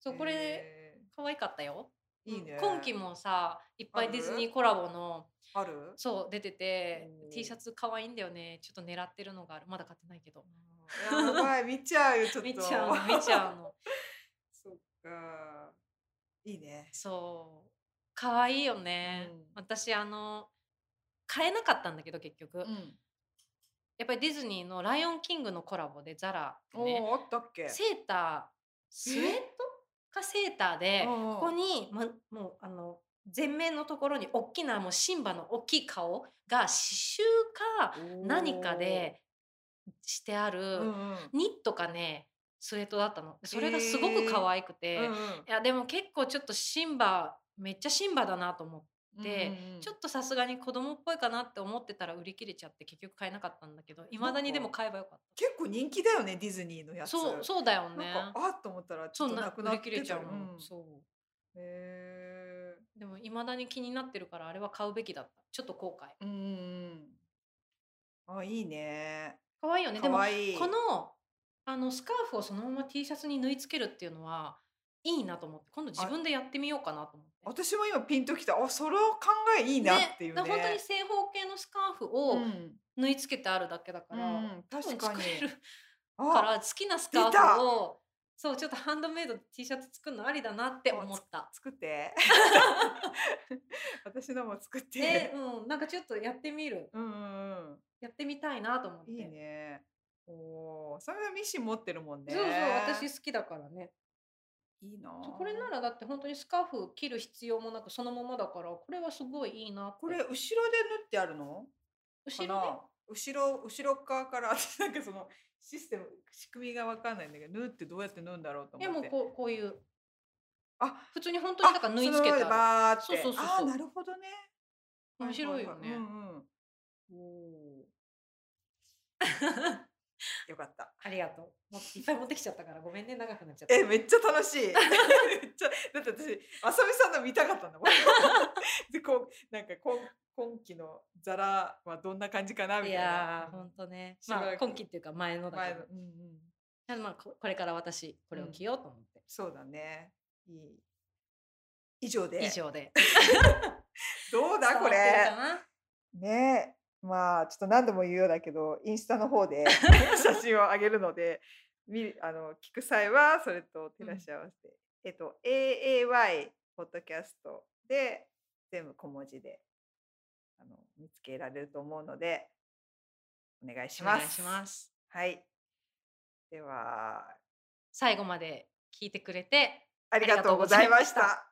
B: しそうこれ
A: え
B: 可愛かったよ
A: ーいいね
B: 今期もさいっぱ
A: あ
B: い
A: る
B: ディズニーコラボの
A: ある
B: そう出てて
A: おー
B: T シャツ可愛いんだよねちょっと狙ってるのがあるまだ買ってないけど
A: うんやばい見ちゃうよちょっと
B: <laughs> 見ちゃうの見ちゃうの
A: <laughs> そっかいいね
B: そう可愛いよね、
A: うん
B: 私あの買えなかったんだけど結局、や
A: ん
B: っぱりディズニーの「ライオンキング」のコラボでザラ
A: お
B: ね
A: ーあったっけ
B: セータースウェットかセーターで
A: うんうん
B: ここに、ま、もうあの前面のところに大きなもうシンバの大きい顔が刺繍か何かでして
A: お
B: あ
A: ーうん
B: る
A: うん
B: ニットかねスウェットだったのそれがすごく可愛くて、
A: うん
B: いやでも結構ちょっとシンバめっちゃシンバだなと思って。
A: うん
B: で
A: うんうん
B: ちょっとさすがに子供っぽいかなって思ってたら売り切れちゃって結局買えなかったんだけどいまだにでも買えばよかっ
A: 結構人気だよねディズニーのや
B: た
A: つ
B: そうそうだよね
A: なんかあっと思ったらち
B: そ
A: ょっ
B: う
A: と
B: な
A: なく
B: く
A: な
B: な
A: っ
B: って切れちゃう
A: た
B: の、
A: よん
B: そう
A: へ
B: でもいまだに気になってるからあれは買うべきだったちょっと後悔
A: ーうんうんうんあいいね
B: 可愛いよねで
A: 可
B: も
A: 愛い
B: このあのスカーフをそのまま T シャツに縫い付けるっていうのはいいなと思って今度自分でやってみようかなと思って。
A: 私も今ピンときたあそれを考えいいなっていうね
B: だから本当に正方形のスカーフを
A: うん
B: 縫い付けてあるだけだから、
A: うん
B: 多分
A: 確かに
B: 作れる
A: あ
B: から好きなスカ
A: 出
B: ー
A: た
B: フをそうちょっとハンドメイド T シャツ作るのありだなって思った。
A: 作って。 <laughs> 私のも作って。
B: えうん、なんかちょっとやってみる
A: <laughs> うんうんうん。
B: やってみたいなと思って
A: いいね。おお、それはミシン持ってるもんね。
B: そうそう私好きだからね
A: いいな
B: そう
A: あ。
B: これならだって本当にスカーフ切る必要もなくそのままだからこれはすごいいいなって
A: これ後ろで縫ってあるの？
B: 後
A: か
B: ろ
A: な後ろ後ろ側から <laughs> 私なんかそのシステム仕組みがわかんないんだけど縫うってどうやって縫うんだろうと
B: ねい
A: 思
B: や
A: って。
B: もうこうこういう
A: あ。
B: 普通に本当に
A: あ
B: だから縫い付け
A: そのままで
B: てあ
A: バーって。
B: そうそうそうそう
A: あーなるほどね。
B: る面白いよ
A: はは
B: ね
A: はうんうん。おお。よかった。
B: <laughs> ありがとうもういっぱい持ってきちゃったからごめんね長くなっちゃった
A: えめっちゃ楽
B: <laughs>
A: しいめっちゃだって私あさみさんの見たかったんだもん
B: <laughs>
A: でこうなんか今今期のザラはどんな感じかなみ
B: い
A: たいな
B: やー
A: うん
B: 本当ね
A: しば
B: ま
A: らく
B: あ今期っていうか前のだ
A: 前
B: け
A: の、
B: ど
A: うんうん、
B: ただまあここれから私これを着ようと思って、
A: そうだねいい以上で
B: 以上で
A: どうだこ
B: 伝わってる
A: れ
B: かな
A: ねまあちょっと何度も言うようだけどインスタの
B: <laughs>
A: 方で写真を上げるので見るあの聞く際はそれと照らし合わせて、えっと AAY ポッドキャストで全部小文字であの見つけられると思うのでお願いし
B: お
A: ます。
B: 願いします
A: はい、では
B: 最後まで聞いてくれて
A: ありがとうございまし。
B: ありがとうございました